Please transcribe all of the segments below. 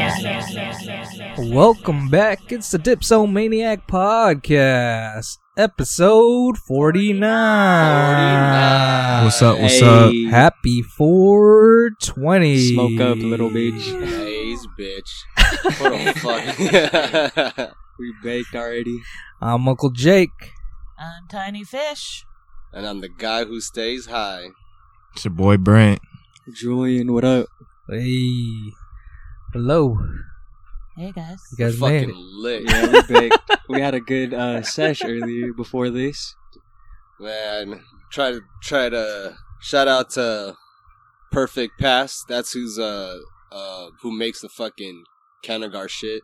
Dipsomaniac. Welcome back. It's the Dipsomaniac Podcast, episode 49. What's up? What's up? Hey. Happy 420. Smoke up, little bitch. Nice bitch. What the fuck? we baked already. I'm Uncle Jake. I'm Tiny Fish. and I'm the guy who stays high. It's your boy Brent. Julian, what up? Hey. Hello. Hey guys. You guys made it. Fucking lit. Yeah, we baked. we had a good uh, sesh earlier before this. Man, try to try to shout out to Perfect Pass. That's who's uh uh who makes the fucking Kanagar shit.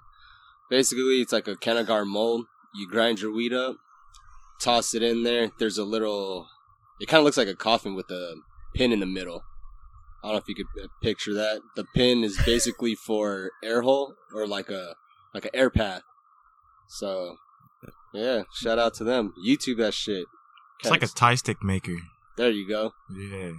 Basically, it's like a Kanagar mold. You grind your wheat up, toss it in there. There's a little. It kind of looks like a coffin with a pin in the middle. I don't know if you could uh, picture that. The pin is basically for air hole or like a like an air path. So, yeah, shout out to them. YouTube that shit. It's like a tie stick maker. There you go. Yeah.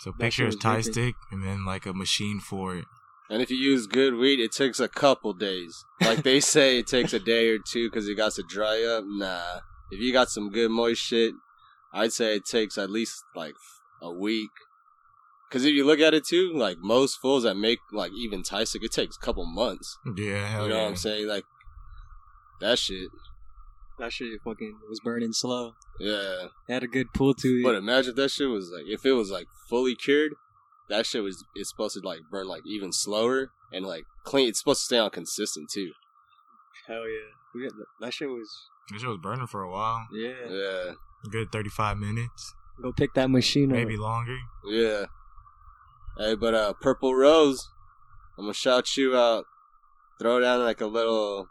So That's picture what a it's tie making. stick and then like a machine for it. And if you use good weed, it takes a couple days. Like they say, it takes a day or two because it got to dry up. Nah, if you got some good moist shit, I'd say it takes at least like a week. Because if you look at it too, like most fools that make like even tie stick, it takes a couple months. Yeah, hell you know Oh, yeah. what I'm saying? Like that shit. That shit fucking was burning slow. Yeah. It had a good pull to But it. imagine if that shit was like if it was like fully cured, that shit was it's supposed to like burn like even slower and like clean. It's supposed to stay on consistent too. Hell yeah. We had, that shit was. This shit was burning for a while. Yeah. Yeah. A good 35 minutes, Go pick that machine up. maybe longer. Yeah. Hey, but uh, Purple Rose, I'm gonna shout you out. Throw down like a little,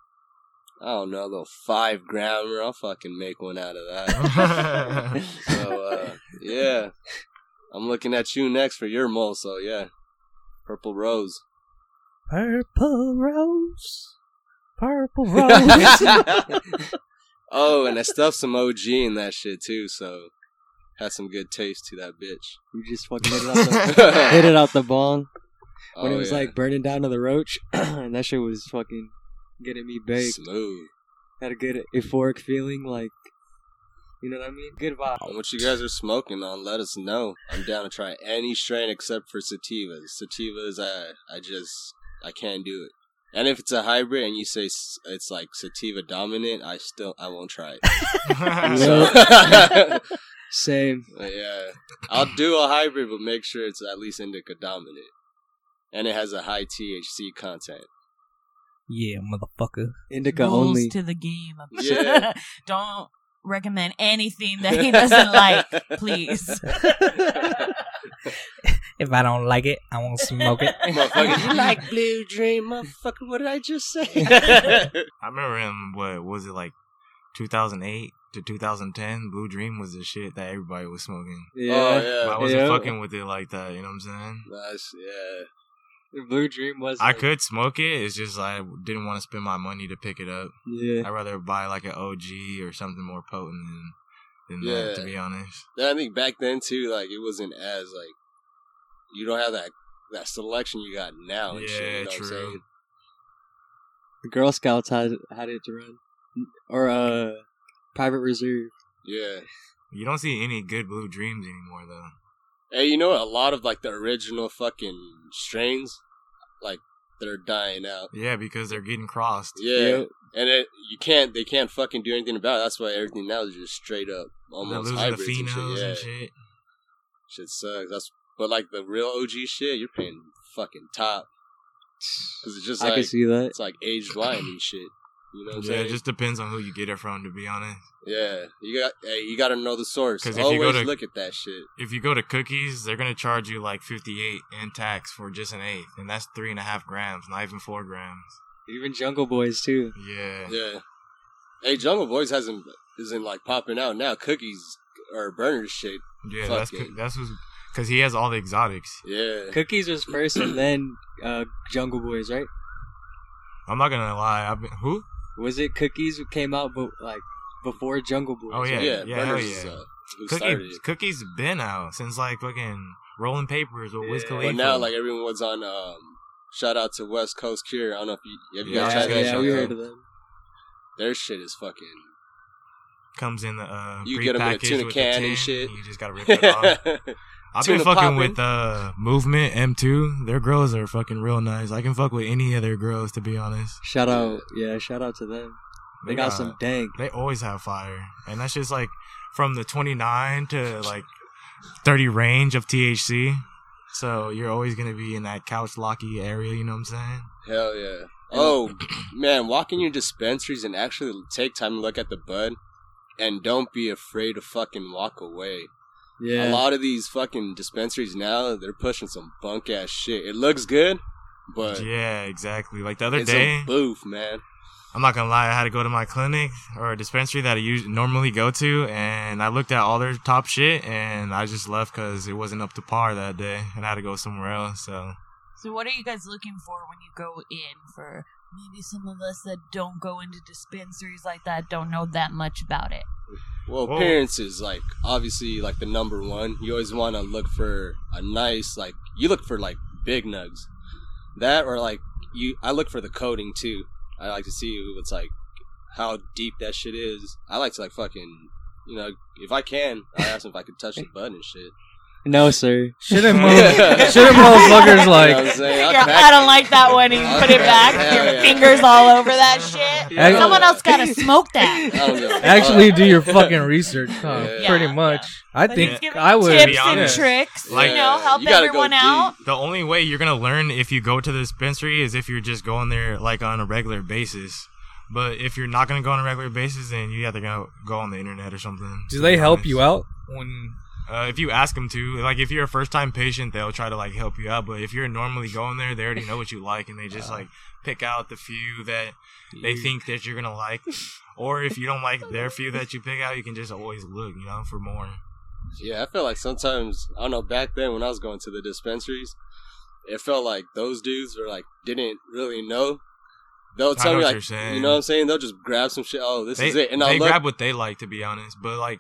I don't know, a little five grammer. I'll fucking make one out of that. so uh, yeah, I'm looking at you next for your mole. So yeah, Purple Rose. Purple rose. Purple rose. oh, and I stuffed some OG in that shit too. So had some good taste to that bitch. You just fucking hit it out the, hit it out the bong Oh, when it was yeah. like burning down to the roach, and that shit was fucking getting me baked. smooth. Had a good euphoric feeling, like you know what I mean? Good vibe. And what you guys are smoking on, let us know. I'm down to try any strain except for sativas. Sativas, I, uh, I just, I can't do it. And if it's a hybrid and you say s- it's like sativa dominant, I still, I won't try it. So, Same. yeah, I'll do a hybrid, but make sure it's at least indica dominant, and it has a high THC content. yeah, motherfucker. Indica Rules only. to the game. Yeah. Don't recommend anything that he doesn't like, please. If I don't like it, I won't smoke it. Motherfucker, you like Blue Dream, motherfucker? What did I just say? I remember in what was it like 2008 to 2010? Blue Dream was the shit that everybody was smoking. Oh Yeah. But I yeah, wasn't Yeah. fucking with it like that, you know what I'm saying? that's yeah. Blue Dream was. I like- could smoke it. It's just I didn't want to spend my money to pick it up. Yeah. I'd rather buy like an OG or something more potent than, than that, Yeah. to be honest. Then I think back then too, like it wasn't as like you don't have that that selection you got now. And shit, Yeah, you know What I'm true. saying? The Girl Scouts had had it to run, or uh, private reserve. Yeah. You don't see any good blue dreams anymore though. Hey, you know what? A lot of like the original fucking strains, like they're dying out. Yeah, because they're getting crossed. Yeah. And it, you can't. They can't fucking do anything about it. That's why everything now is just straight up They're almost losing hybrids the and shit. phenos Yeah. and shit. Shit sucks. That's but like the real OG shit, you're paying fucking top because it's just I like can see that. it's like age blind and shit. You know what I'm Yeah, saying? it just depends on who you get it from, to be honest. Yeah, you got hey, you got to know the source. 'Cause if you go Always to- look at that shit. If you go to cookies, they're gonna charge you like fifty-eight in tax for just an eighth, and that's three and a half grams, not even four grams. Even Jungle Boys too. Yeah, Yeah. Hey, Jungle Boys hasn't isn't like popping out now. Cookies or burner shit. yeah, Fuck that's it. coo- that's who's because he has all the exotics. Yeah. Cookies was first, and then uh, Jungle Boys, right? I'm not gonna lie. I've been who? Was it Cookies who came out, but like before Jungle Boys? Oh, yeah. right? yeah, yeah, hell Burners yeah. is, uh, who started Cookies. it. Cookies been out since like fucking Rolling Papers or Wiz Yeah. Khalifa. But now like everyone's on um Shout out to West Coast Cure. I don't know if you have you Yeah, guys I tried was gonna that. yeah, show we you. heard of them. Their shit is fucking. Comes in the uh, You get 'em in a prepackaged tuna with can the and tin, shit. You just gotta rip it off. I've been Tuna fucking poppin'. with uh, Movement M2. Their girls are fucking real nice. I can fuck with any of their girls to be honest. Shout out, yeah, shout out to them. They got some dank. They always have fire, and that's just like from the 29 to like 30 range of THC. So you're always gonna be in that couch locky area. You know what I'm saying? Hell yeah. Oh man, walk in your dispensaries and actually take time to look at the bud, and don't be afraid to fucking walk away. Yeah, A lot of these fucking dispensaries now, they're pushing some bunk ass shit. It looks good, but Yeah, exactly. Like the other it's day, a boof, man. I'm not gonna lie, I had to go to my clinic or a dispensary that I usually normally go to, and I looked at all their top shit, and I just left because it wasn't up to par that day, and I had to go somewhere else. So So, what are you guys looking for when you go in? For maybe some of us that don't go into dispensaries like that don't know that much about it. Well, Well- appearance is like obviously like the number one. You always want to look for a nice like you look for like big nugs, that or like you. I look for the coating too. I like to see who it's like how deep that shit is. I like to like fucking you know if I can. I ask them if I could touch the button and shit. no sir. Should have Yeah. should have motherfuckers you know what I'm like saying? I'll Yeah, back- I don't like that one. And you I'll put it back- back. hell Your yeah. fingers all over that shit. Yeah. Someone else gotta smoke that. I don't give a fuck. actually do your fucking research, huh? Yeah. Pretty Yeah, much. I But think he's giving I would. tips Yeah. and Yeah. tricks. Like- you know, help gotta go everyone deep. out. the only way you're gonna learn if you go to the dispensary is if you're just going there like on a regular basis. But if you're not gonna go on a regular basis, then you have to go go on the internet or something. Do they help you out when? Uh, if you ask them to, like if you're a first time patient, they'll try to like help you out. But if you're normally going there, they already know what you like, and they just Uh. like pick out the few that they think that you're gonna like. Or if you don't like their few that you pick out, you can just always look, you know, for more. Yeah, I feel like sometimes I don't know. Back then, when I was going to the dispensaries, it felt like those dudes were like didn't really know. They'll I tell know me what like, you're saying. you know what I'm saying? They'll just grab some shit. Oh, this they is it, and they I'll look. grab what they like, to be honest. But like,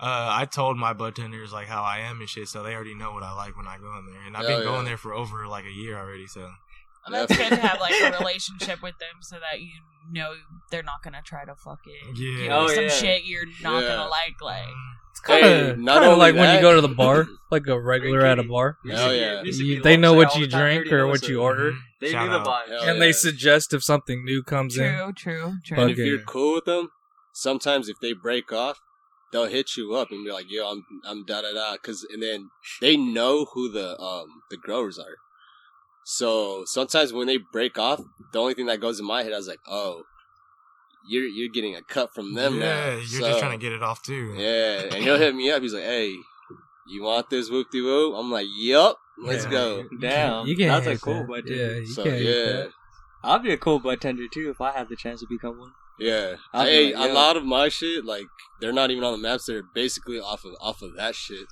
uh, I told my bartenders like how I am and shit, so they already know what I like when I go in there, and I've Hell been going yeah. there for over like a year already. So Well, That's good to have like a relationship with them so that you know they're not gonna try to fucking Yeah. give you Oh, some yeah. shit you're not Yeah. gonna like. Like Mm-hmm. It's kind Hey, of not kind of only like when that- you go to the bar, like a regular at a bar. Hell yeah. You- they know what you drink or what you order, They Shout knew the out. vibe. Hell and they Oh, yeah. suggest if something new comes in. true, true, true. Fuck And if it. you're cool with them, sometimes if they break off, they'll hit you up and be like, "Yo, I'm I'm da da da," because and then they know who the um the growers are. So sometimes when they break off, the only thing that goes in my head, I was like, "Oh, you're you're getting a cut from them now." yeah, you're just trying to get it off too. Yeah, and he'll hit me up. He's like, "Hey, you want this whoop de whoop?" I'm like, "Yup, let's Yeah. go." Damn, You can't. that's a hate cool that. bartender. Yeah, you So can't. hate yeah, that. I'd be a cool bartender too if I had the chance to become one. yeah. I'll be hey, like, a "Yo." lot of my shit, like they're not even on the maps. They're basically off of off of that shit.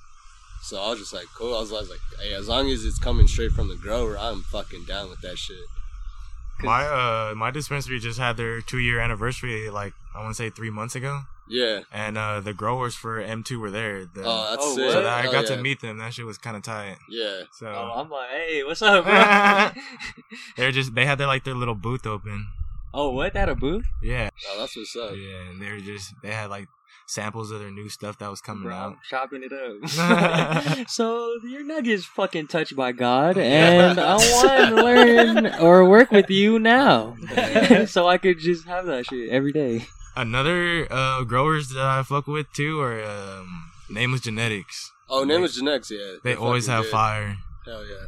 So I was just like, "Cool." I was, I was like, "Hey, as long as it's coming straight from the grower, I'm fucking down with that shit." 'Cause- My uh my dispensary just had their two year anniversary like I want to say three months ago, Yeah. and uh the growers for M two were there. The, Oh, that's Oh, it. what? so that I Hell got yeah. to meet them. That shit was kind of tight. Yeah. So uh, oh, I'm like, hey, what's up, bro? they're just they had their like their little booth open. oh, what? That a booth? Yeah, Oh, that's what's up. yeah, and they were just they had like samples of their new stuff that was coming Bro, out. I'm chopping it up. so your nugget's fucking touched by God, and I want to learn or work with you now, so I could just have that shit every day. Another uh growers that I fuck with too are um, Nameless Genetics. Oh, name was Genex. Yeah. They They're always fucking have good. fire. Hell yeah.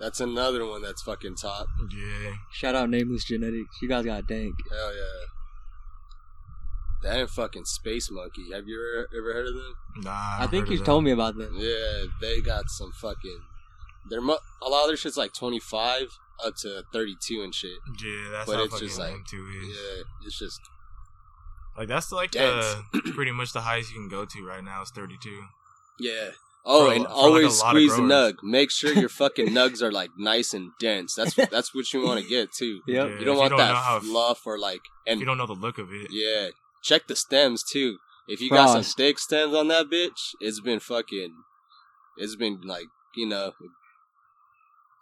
That's another one that's fucking top. Yeah. Shout out Nameless Genetics. You guys got dank. Hell yeah. That and fucking Space Monkey. Have you ever, ever heard of them? Nah, I think you told me about that. Yeah, they got some fucking. They're mu- a lot of their shit's like 25 up to 32 and shit. Yeah, that's but how it's fucking just like- M2 is. Yeah, it's just. Like that's like Dense. the pretty much the highest you can go to right now is 32. Yeah. Oh, For a- and for like a always lot of squeeze the growers. nug. Make sure your fucking nugs are like nice and dense. That's that's what you want to get too. Yep. Yeah, You if don't want know how- that fluff or like If and you don't know the look of it. yeah. Check the stems too. If you got some Frost. steak stems on that bitch, it's been fucking. It's been like you know,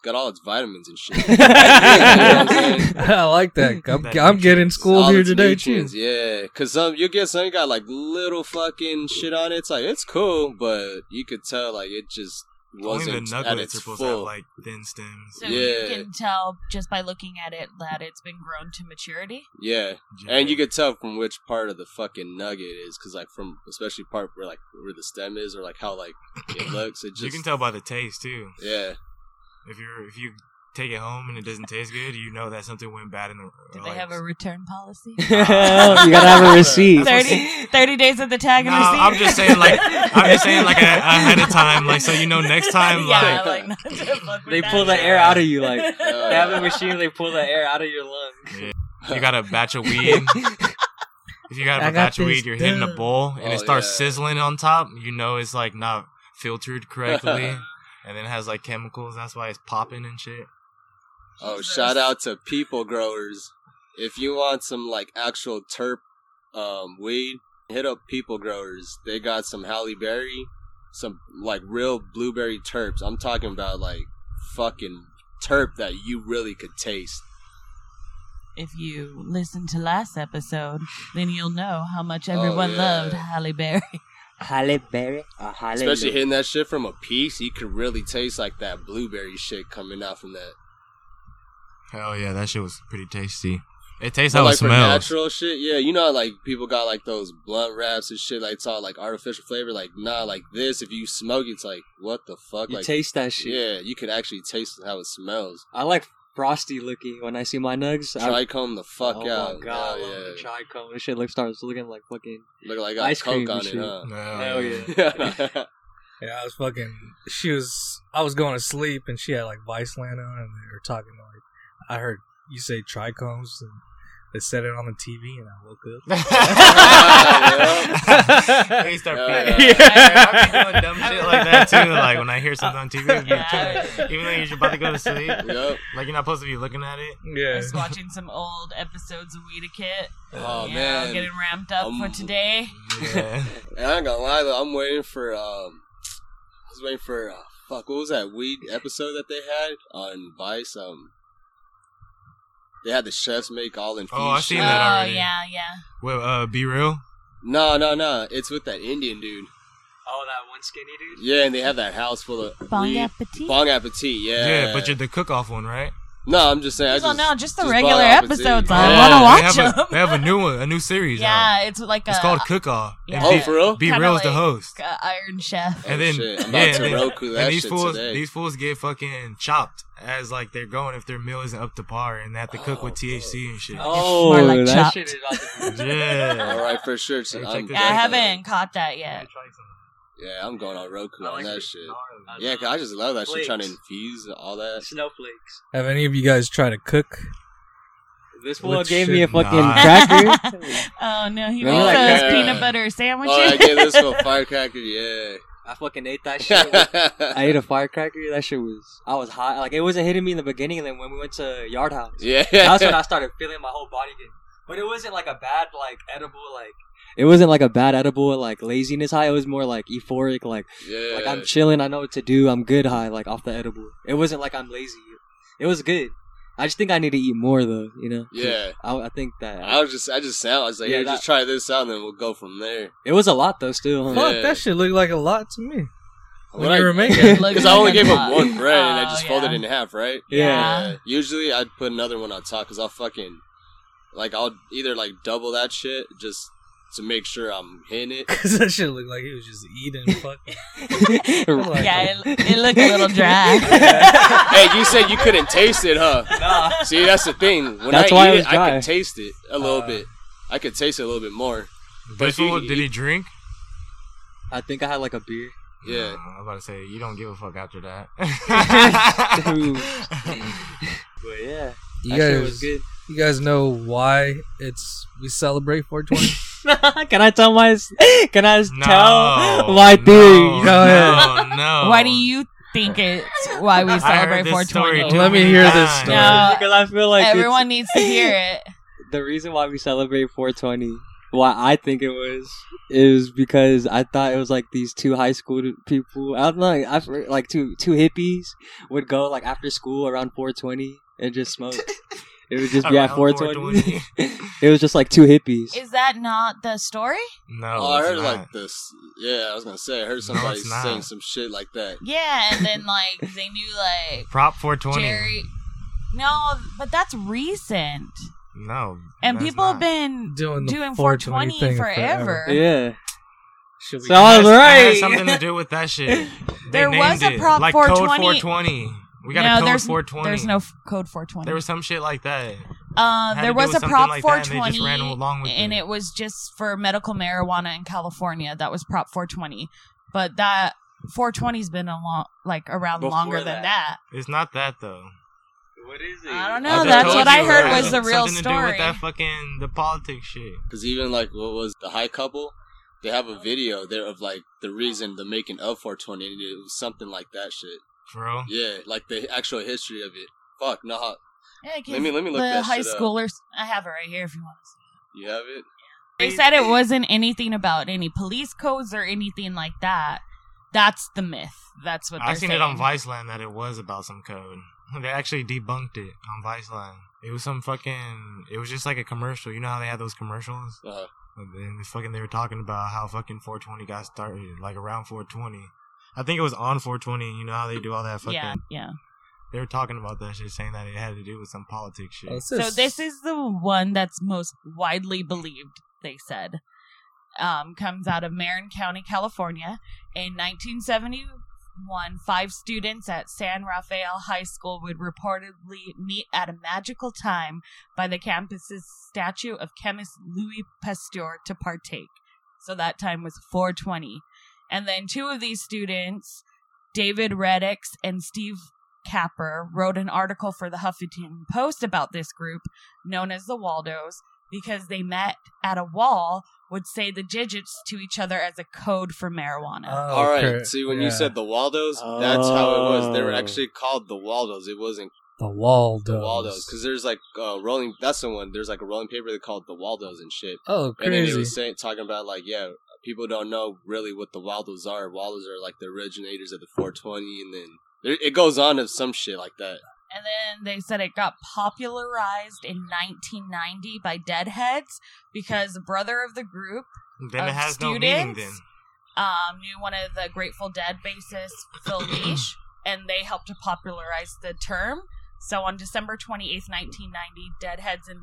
got all its vitamins and shit. I like that. I'm, I'm getting schooled All here its today too. nutrients, Yeah, cause some you get some you got like little fucking shit on it. It's like it's cool, but you could tell like it just Only the wasn't at nuggets its are supposed full. to have like thin stems. So Yeah. you can tell just by looking at it that it's been grown to maturity. yeah, and you could tell from which part of the fucking nugget it is, cause like from especially part where like where the stem is or like how like it looks. It just you can tell by the taste too. Yeah, If you're if you take it home and it doesn't taste good, you know that something went bad in the. Did like, they have a return policy? you Ah. gotta have a receipt. That's what- 30, 30 days of the tag No, and receipt. I'm just saying like I'm just saying like a- ahead of time, like so you know next time, yeah, like like, not to fuck with They that pull the shit. air out of you. Like Uh, they have a machine. They pull the air out of your lungs. you got a batch of weed. If you got I a got batch of this weed, you're hitting a done. bowl and Oh, it starts yeah. sizzling on top. You know it's like not filtered correctly, and then it has like chemicals. That's why it's popping and shit. Oh, Jesus. shout out to people growers. If you want some like actual terp um, weed, hit up people growers. They got some Halle Berry, some like real blueberry terps. I'm talking about like fucking terp that you really could taste. If you listen to last episode, then you'll know how Oh, much everyone yeah. loved Halle Berry. Halle Berry or Halle Especially hitting that shit from a piece, you could really taste like that blueberry shit coming out from that. Hell yeah, that shit was pretty tasty. It tastes But, how it like for smells. natural shit, yeah, you know, how, like people got like those blunt wraps and shit, like it's all like artificial flavor. Like nah, like this. If you smoke, it, it's like what the fuck. You like taste that shit. Yeah, you could actually taste how it smells. I like frosty looking when I see my nugs. I, Trichome the fuck oh out. my god, Hell I love the yeah. trichome. This shit looks starts looking like fucking. Look like I got Ice cream coke on and it, Hell Hell yeah. huh? Yeah, I was fucking. She was. I was going to sleep, and she had like Vice land on, and they were talking like. I heard you say trichomes, and they said it on the TV, and I woke up. Yeah. They start Yeah. peeing. Yeah. I've been doing dumb shit like that too. Like when I hear something on TV, Yeah. even though you're about to go to sleep, Yup. like you're not supposed to be looking at it. Yeah, Just watching some old episodes of Weed a Kit. Oh you know, man. getting ramped up Um, for today. Yeah. And I ain't gonna lie though, I'm waiting for um I was waiting for uh, fuck, what was that weed episode that they had on Vice? Um they had the chefs make all infused Oh, I seen shit. that oh already. yeah, yeah. Well, uh, be real. No, no, no. It's with that Indian dude. Oh, that one skinny dude. Yeah, and they have that house full of Bon weed. appetit. Bong appetit, yeah. Yeah, but you're the cook-off one, right? No, I'm just saying I Well, just no, just the just regular Bon Appetit. episodes. Yeah, I want to they watch have, a, them. they have a new one, a new series. out. yeah, it's like a it's called Cook Off. Yeah. Oh, for real? Be Kinda real is the like- host. uh, Iron Chef. And Oh, then, shit. I'm about yeah, to and then- Roku that and these shit fools, today. these fools get fucking chopped as like they're going if their meal isn't up to par, and they have to cook with Oh, THC and shit. Oh, More like that chopped. shit is awesome. Yeah. All right, for sure. So Hey, I'm- check Yeah, I haven't caught that yet. Yeah, I'm going on Roku I on like that it. shit. Yeah, 'cause I just love that shit. Trying to infuse all that. Snowflakes. Have any of you guys tried to cook? This fool Which gave should me a fucking not. cracker. oh no, he Remember makes that those guy? peanut butter sandwiches. Oh, I gave this for firecracker. Yeah. I fucking ate that shit. I ate a firecracker. That shit was. I was hot. Like it wasn't hitting me in the beginning. And then when we went to Yard House, yeah. that's when I started feeling my whole body get. But it wasn't like a bad like edible like. It wasn't like a bad edible like laziness high. It was more like euphoric like yeah. like I'm chilling. I know what to do. I'm good high like off the edible. It wasn't like I'm lazy. It was good. I just think I need to eat more though. You know. yeah. I, I think that I was just, I just sound. I was like, Yeah, yeah, that- just try this out, and then we'll go from there. it was a lot though. Still. huh? Fuck, that shit looked like a lot to me. When What you I- were making, it. Looks Because I only like a gave him lot. one bread, and I Oh, just yeah. folded it in half, right? Yeah. Yeah. Usually I'd put another one on top because I'll fucking like I'll either like double that shit just to make sure I'm hitting it. 'Cause that shit looked like he was just eating. Fuck. Yeah, it, it looked a little dry. hey, you said you couldn't taste it, huh? Nah. See, that's the thing. When That's I why eat it it, was I dry. can taste it a little Uh, bit. I could taste it a little bit more. But if you- fool, did he drink? I think I had like a beer. Yeah. Uh, I was about to say you don't give a fuck after that. Dude. But yeah, You that shit guys, was good. you guys know why it's we celebrate 420? can I tell my? Can I no, tell my theory? No, Go no, no. Why do you think it's why we I heard celebrate this story 420? too Let me many hear this times. story. No, Because I feel like it's- Everyone needs to hear it. the reason why we celebrate 420 why I think it was is because I thought it was like these two high school people. I don't know, I, for- like two two hippies would go like after school around 420 and just smoke. It would just be at Around 420. it was just like two hippies. Is that not the story? No, Oh, I it's heard not. like this. Yeah, I was gonna say I heard somebody it's not. saying some shit like that. Yeah, and then like they knew like prop 420. Jerry. No, but that's recent, No, and that's people not. have been Doing the doing 420 420, thing forever. forever. Yeah. Should we So I was It has right. something to do with that shit. They There named was a it. prop like 420. Code 420. We got no, a code there's 420. there's no f- code 420. There was some shit like that. Uh, Had to there do was with a something prop like that, and they 420, just ran along with and it. it was just for medical marijuana in California. That was prop 420, but that 420's been a long, like around Before longer than that. It's not that though. What is it? I don't I know. just that's what told you, I heard it has was the real something to do story. with that fucking the politics shit. Because even like what was the high couple? They have a video there of like the reason the making of 420. And it was something like that shit. For real. Yeah, like the actual history of it. Fuck, no, how- Yeah, 'cause Let me- let me look the that high shit up. schoolers. I have it right here if you want to see. you have it. They said it wasn't anything about any police codes or anything like that. That's the myth. That's what I they're seen saying. it on Viceland that it was about some code. They actually debunked it on Viceland. It was some fucking. It was just like a commercial. You know how they had those commercials? Uh-huh. Uh, And then they fucking they were talking about how fucking 420 got started, like around 420. I think it was on 420. You know how they do all that fucking. Yeah, yeah. They were talking about that shit, saying that it had to do with some politics shit. Oh, it So says- this is the one that's most widely believed, they said. Um, comes out of Marin County, California. In 1971, five students at San Rafael High School would reportedly meet at a magical time by the campus's statue of chemist Louis Pasteur to partake. So that time was 420. And then two of these students, David Reddix and Steve Capper wrote an article for the Huffington Post about this group, known as the Waldos, because they met at a wall, would say the digits to each other as a code for marijuana. Oh, all right. okay. See, when Yeah. you said the Waldos, that's how it was. They were Oh. actually called the Waldos. It wasn't the Waldos, the Waldos because there's like uh, rolling. That's the one. There's like a rolling paper they called the Waldos and shit. oh And then they crazy, were saying, talking about like, yeah, people don't know really what the Waldos are. Waldos are like the originators of the 420, and then there, it goes on to some shit like that. And then they said it got popularized in 1990 by Deadheads because the brother of the group then it of has no meaning. Then students? um, knew one of the Grateful Dead bassist, Phil Leash, and they helped to popularize the term. So on December 28th, 1990, Deadheads in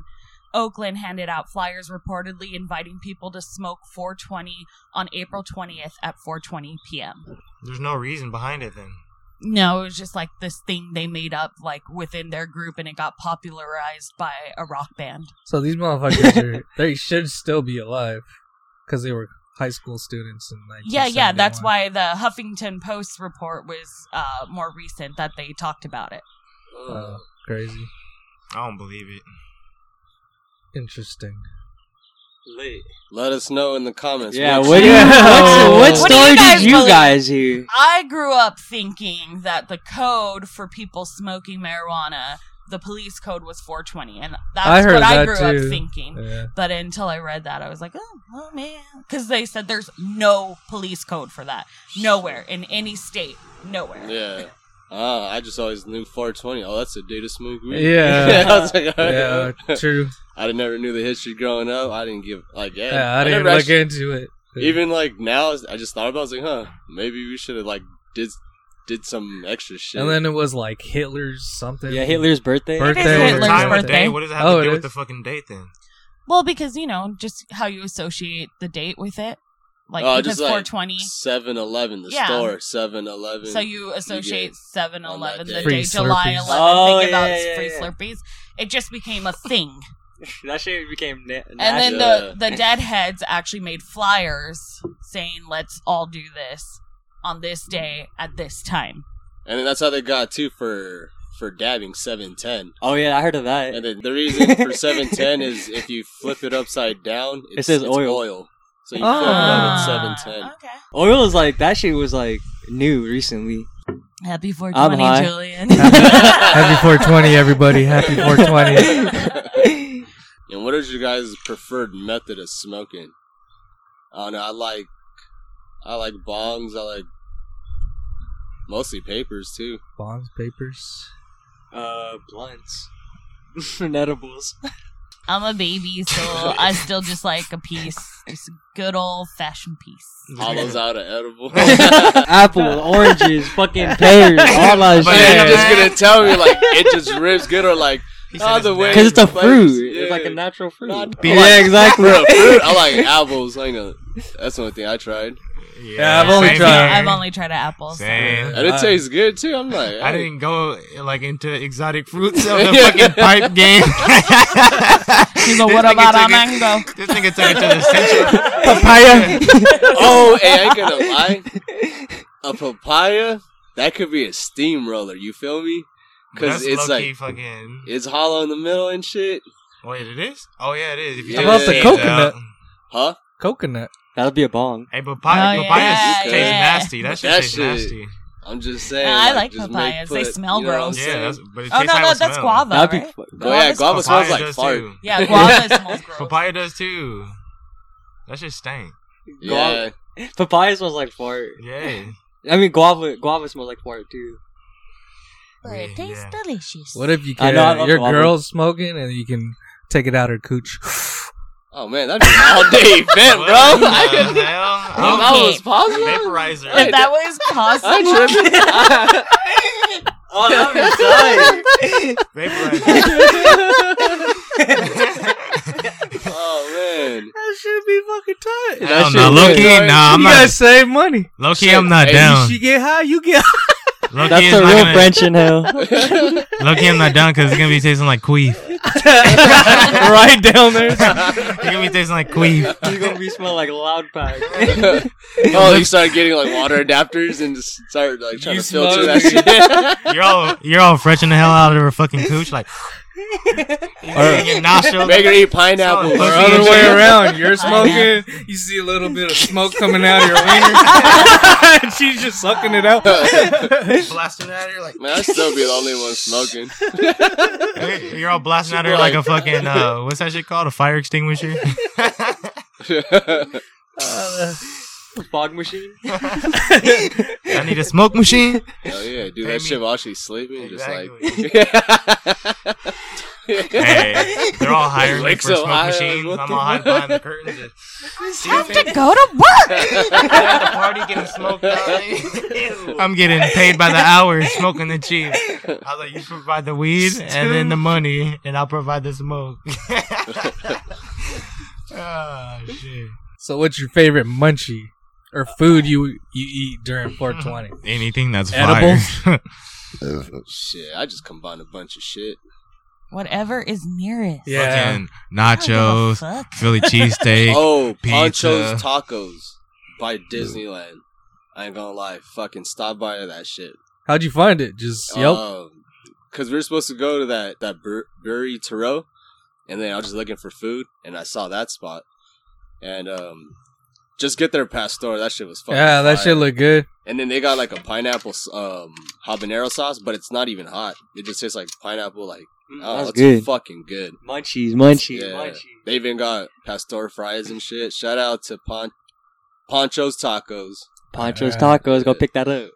Oakland handed out flyers reportedly inviting people to smoke 420 on April 20th at 4:20 p.m. there's no reason behind it. Then No, it was just like this thing they made up like within their group and it got popularized by a rock band. so these motherfuckers are they should still be alive because they were high school students in like Yeah, yeah, that's why the Huffington Post report was uh, more recent that they talked about it. Uh, Ugh. Oh, crazy, I don't believe it. interesting. Let us know in the comments. Yeah, Make what, do sure- you, Yeah. what's- What what do you story guys did you believe? guys hear? I grew up thinking that the code for people smoking marijuana, the police code was 420, and that's I heard what I that grew up too. thinking. Yeah, But until I read that, I was like, oh, oh man, because they said there's no police code for that nowhere in any state, nowhere. Yeah. Ah, I just always knew 420. Oh, that's a data smoke weed. Yeah. I was like, yeah, true. I never knew the history growing up. I didn't give like yeah. Yeah, I didn't never look actually- into it. Even like now, I just thought about. it, I was like, huh, maybe we should have like did did some extra shit. and then it was like Hitler's something. Yeah, Hitler's birthday. It Birthday. is Hitler's Time of birthday. day. What does that have Oh, to it do is. with the fucking date then? Well, because, you know, just how you associate the date with it. Like, Oh, because just like 420. 7-Eleven, the Yeah. store, 7-Eleven. So you associate 7 Eleven, day. the Free day July 11th, Slurpees. Oh, thing about yeah, yeah, free yeah. Slurpees. It just became a thing. That shit became. Na- And then the Gotcha. the deadheads actually made flyers saying, "Let's all do this on this day at this time." And then that's how they got too for for dabbing 710. oh yeah, I heard of that. And then the reason for 710 is if you flip it upside down, it's, says it's oil. So you Oh. flip it up Ah, at 710. Okay. Oil is like that shit Oh, was like new recently. Happy I'm 420, high. Julian. Happy 420, everybody. Happy 420. And what is your guys' preferred method of smoking? I don't know. I like, I like bongs. I like mostly papers too. Bonds, papers. Uh, blunts. and edibles. I'm a baby, so I still just like a piece, just a good old fashioned piece. Hollows out of edible. Apple, oranges, fucking pears, all that But you're shit. just gonna tell me like it just rips good or like either way. Because it's a flavors. fruit. Yeah. It's like a natural fruit. Not- yeah, exactly. Bro, fruit. I like apples. I know that's the only thing I tried, Yeah, I've only same tried- here. I've only tried an apple. so- Same. and it I- tastes good too. I'm like, I hey. didn't go like into exotic fruits of the fucking pipe game. He's He's like, what about a mango? This nigga took it to the central. Papaya. Oh, hey, I ain't gonna lie. A papaya that could be a steamroller. You feel me? Because That's it's low-key like fucking. it's hollow in the middle and shit. Wait, it is? Oh yeah, it is. If you Yeah. How uh, take about the seeds coconut? out- Huh? Coconut. That'll be a bong. Hey, papaya, Oh, papaya yeah, tastes yeah. nasty. That shit That tastes shit- nasty. I'm just saying. No, I like just papayas. They smell you know what I'm gross. Yeah, saying? that's, but it Oh no, tastes how no, it that's smells. guava. That'd be. right? Oh yeah, Guava's guava Papaya smells like does fart. too. Yeah, guava smells gross. Papaya does too. That shit stank. Yeah, Papaya smells like fart. Yeah. I mean, guava. Guava smells like fart too. But it Yeah. tastes delicious. What if you I can? know, I love your guava. girl's smoking, and you can take it out her cooch. Oh man, that'd be an all day event, What bro. the I could- hell? If Oh, I was possible. Vaporizer. If that was I possible, tripping. Oh, that Vaporizer. oh man. That should be fucking I don't shit know. Low key, good. nah, I'm you not. gotta save money. Low key, Shit. I'm not Hey, down. She get high, you get. Low key, That's it's a not real gonna- French in hell. Low key, I'm not down because it's gonna be tasting like queef. high. right down there. It's gonna be tasting like queef. You're gonna be smelling like loud pack. oh, you start getting like water adapters and just start like trying You to filter smoke. that shit. You're all you're all fretching the hell out of her fucking cooch, like in your nostrils. Make her eat pineapple. Or Or bro. other way around. You're smoking. You see a little bit of smoke coming out of your wiener. and she's just sucking it out. blasting at her like Man, I'd still be the only one smoking. you're all blasting at her like a fucking uh, what's that shit called? A fire extinguisher? Fog machine. Oh, I need a smoke machine. Hell yeah, do Pay me. that shit while she's sleeping. Just like. Hey, they're all hiring me Like for so smoke high, like, machines. what I'm the all hiding fuck? behind the curtains. and- See have to if go to work. at the party getting smoked out. I'm getting paid by the hour smoking the cheap. I was like, you provide the weed and then the money, and I'll provide the smoke. oh, shit. So, what's your favorite munchie or food you you eat during 420? Anything that's Edibles? fire. shit, I just combined a bunch of shit. Whatever is nearest. Yeah, Fucking I don't give a nachos, fuck. Philly cheesesteak. Oh, pizza. Poncho's Tacos by Disneyland. I ain't gonna lie, fucking stop by to that shit. how'd you find it? Uh, Just yep. Because we were supposed to go to that that Bur- Burry Taro, and then I was just looking for food, and I saw that spot, and um, just get their pastor. That shit was fucking. Yeah, that fire. shit look good. And then they got like a pineapple s- um habanero sauce, but it's not even hot. It just tastes like pineapple. Like oh, That's that's good. fucking good. Munchies, munchies, Yeah. munchies. They even got pastor fries and shit. Shout out to Pon- Poncho's Tacos. Ponchos Yeah. tacos. Go pick that up.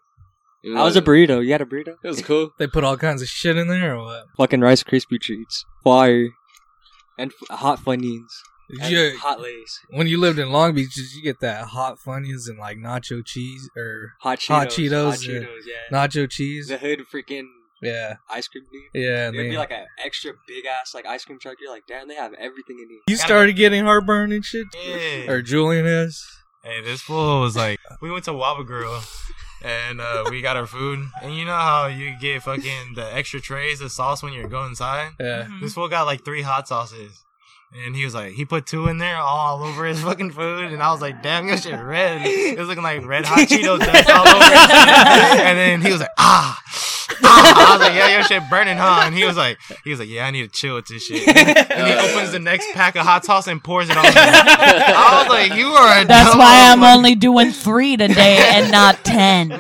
You know, I was a burrito. You had a burrito? It was cool. They put all kinds of shit in there, or what? Fucking Rice Krispie treats. Fire. And f- hot Funyuns. Did And you, Hot Lays. when you lived in Long Beach, did you get that hot Funyuns and like nacho cheese or Hot Cheetos. Hot Cheetos, Hot yeah. Cheetos, yeah. nacho cheese? The hood freaking Yeah, ice cream dude. yeah. And It'd be then like an extra big ass like ice cream truck. You're like, damn, they have everything in here. you started getting heartburn and shit, Yeah. or Julian has. Hey, this fool was like, we went to Waba Grill and uh, we got our food. And you know how you get fucking the extra trays of sauce when you go inside? Yeah, Mhm. This fool got like three hot sauces. And he was like, he put two in there all over his fucking food. And I was like, damn, your shit red. It was looking like red hot Cheeto dust all over his food. And then he was like, ah. ah." I was like, yeah, your shit burning, huh? And he was like, he was like, yeah, I need to chill with this shit. And he Uh, opens the next pack of hot sauce and pours it on me. I was like, you are a That's dumb why I'm motherfucker. only doing three today and not ten.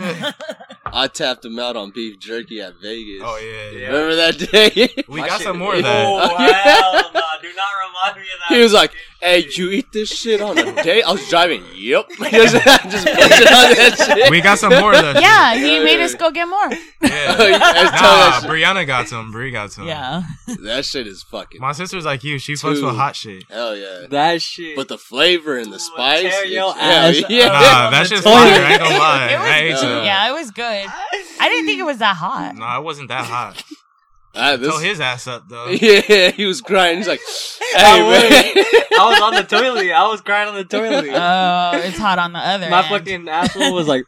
I tapped him out on beef jerky at Vegas. Oh yeah, yeah. Remember that day? We My got shit- some more of that. hell no. Do not remind me of that. He was like, "Hey, you eat this shit on a date?" I was driving. Yep, just, just busted on that shit. We got some more of that. yeah, he made us go get more. shit. Yeah. Nah, I tell you, Brianna got some. Bri got some. Yeah. that shit- that shit is fucking My sister's like you. She fucks Dude. with hot shit. hell yeah. That shit. But the flavor and the Ooh, spice, tear it's- your yeah, ass yeah. Nah, that shit's Toilet. fire. I ain't gonna lie. It was- I hate Uh, you. Yeah, it was good. I didn't think it was that hot. No, it wasn't that hot. Ah, Throw this, his ass up though. yeah, he was crying. He's like, I "Hey, man." I was on the toilet. I was crying on the toilet. Oh, it's hot on the other. my end. fucking asshole was like,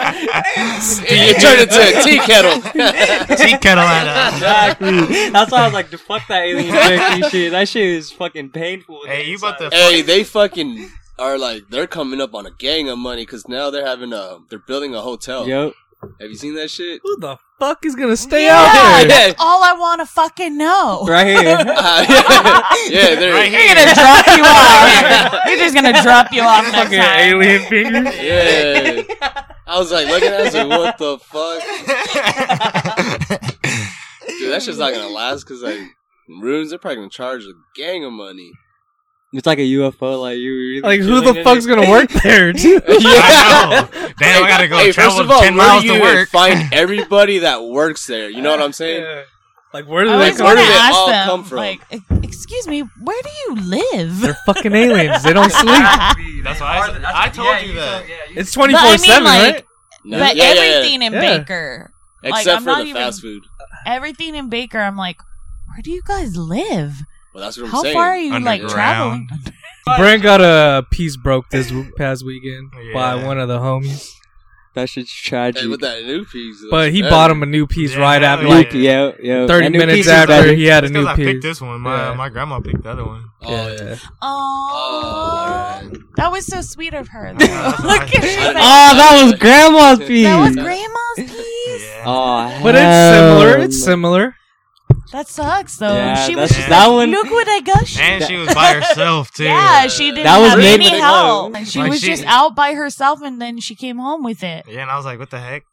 it turned into a tea kettle. Tea kettle at us. exactly. That's why I was like, fuck that alien jerky shit. That shit is fucking painful. Hey, you about to hey, they fucking are like they're coming up on a gang of money because now they're having a they're building a hotel. Yo, Have you seen that shit? Who the fuck is gonna stay Yeah. out there? Yeah, All I want to fucking know. right here. Uh, yeah, yeah, they're right They're here. gonna drop you off. They're just gonna drop you off next Fucking time. alien fingers. yeah. I was like looking at it, I was like, what the fuck? Dude, that shit's not gonna last because like rooms, they're probably gonna charge a gang of money. It's like a UFO. Like you. were either Like, who the chilling in fuck's it- gonna work there? Dude? I know. Damn, I gotta go Hey, travel first of all, 10 where miles do you to even work. find everybody that works there? You know what I'm saying? Yeah. Like, where do I they always Like, come want to where do they ask all them, come from? like, "E- excuse me, where do you live? They're fucking aliens. They don't sleep. That's why I Are said- the- that's I what- told you that. told- yeah, you- It's 24 7, But I mean, like, right? No. But Yeah, yeah, yeah. everything in Yeah. Baker, like, Except I'm for not the even- fast food. everything in Baker, I'm like, where do you guys live? Well, that's what I'm How saying. far are you like traveling? Underground. Brent got a piece broke this w- past weekend by Yeah. one of the homies. That shit's tragic. Hey, with that new piece. But he that's bought better. him a new piece Yeah, right hell after, yeah. like Like, yo, yo. 30 and new minutes pieces after better. he had a It's 'cause new I picked piece. this one. My Yeah. my grandma picked the other one. Oh, yeah. Oh, Oh, that was so sweet of her. Look Yeah, that's at nice. her. That I- Oh, that was grandma's That piece. was grandma's piece. Yeah. Oh, But it's similar. It's similar. That sucks though. Yeah, she was that's- just that like, one- look what I gush. and she was by herself too. Yeah, she didn't That was have made any with help. love. She Like, was she- just out by herself, and then she came home with it. Yeah, and I was like, what the heck?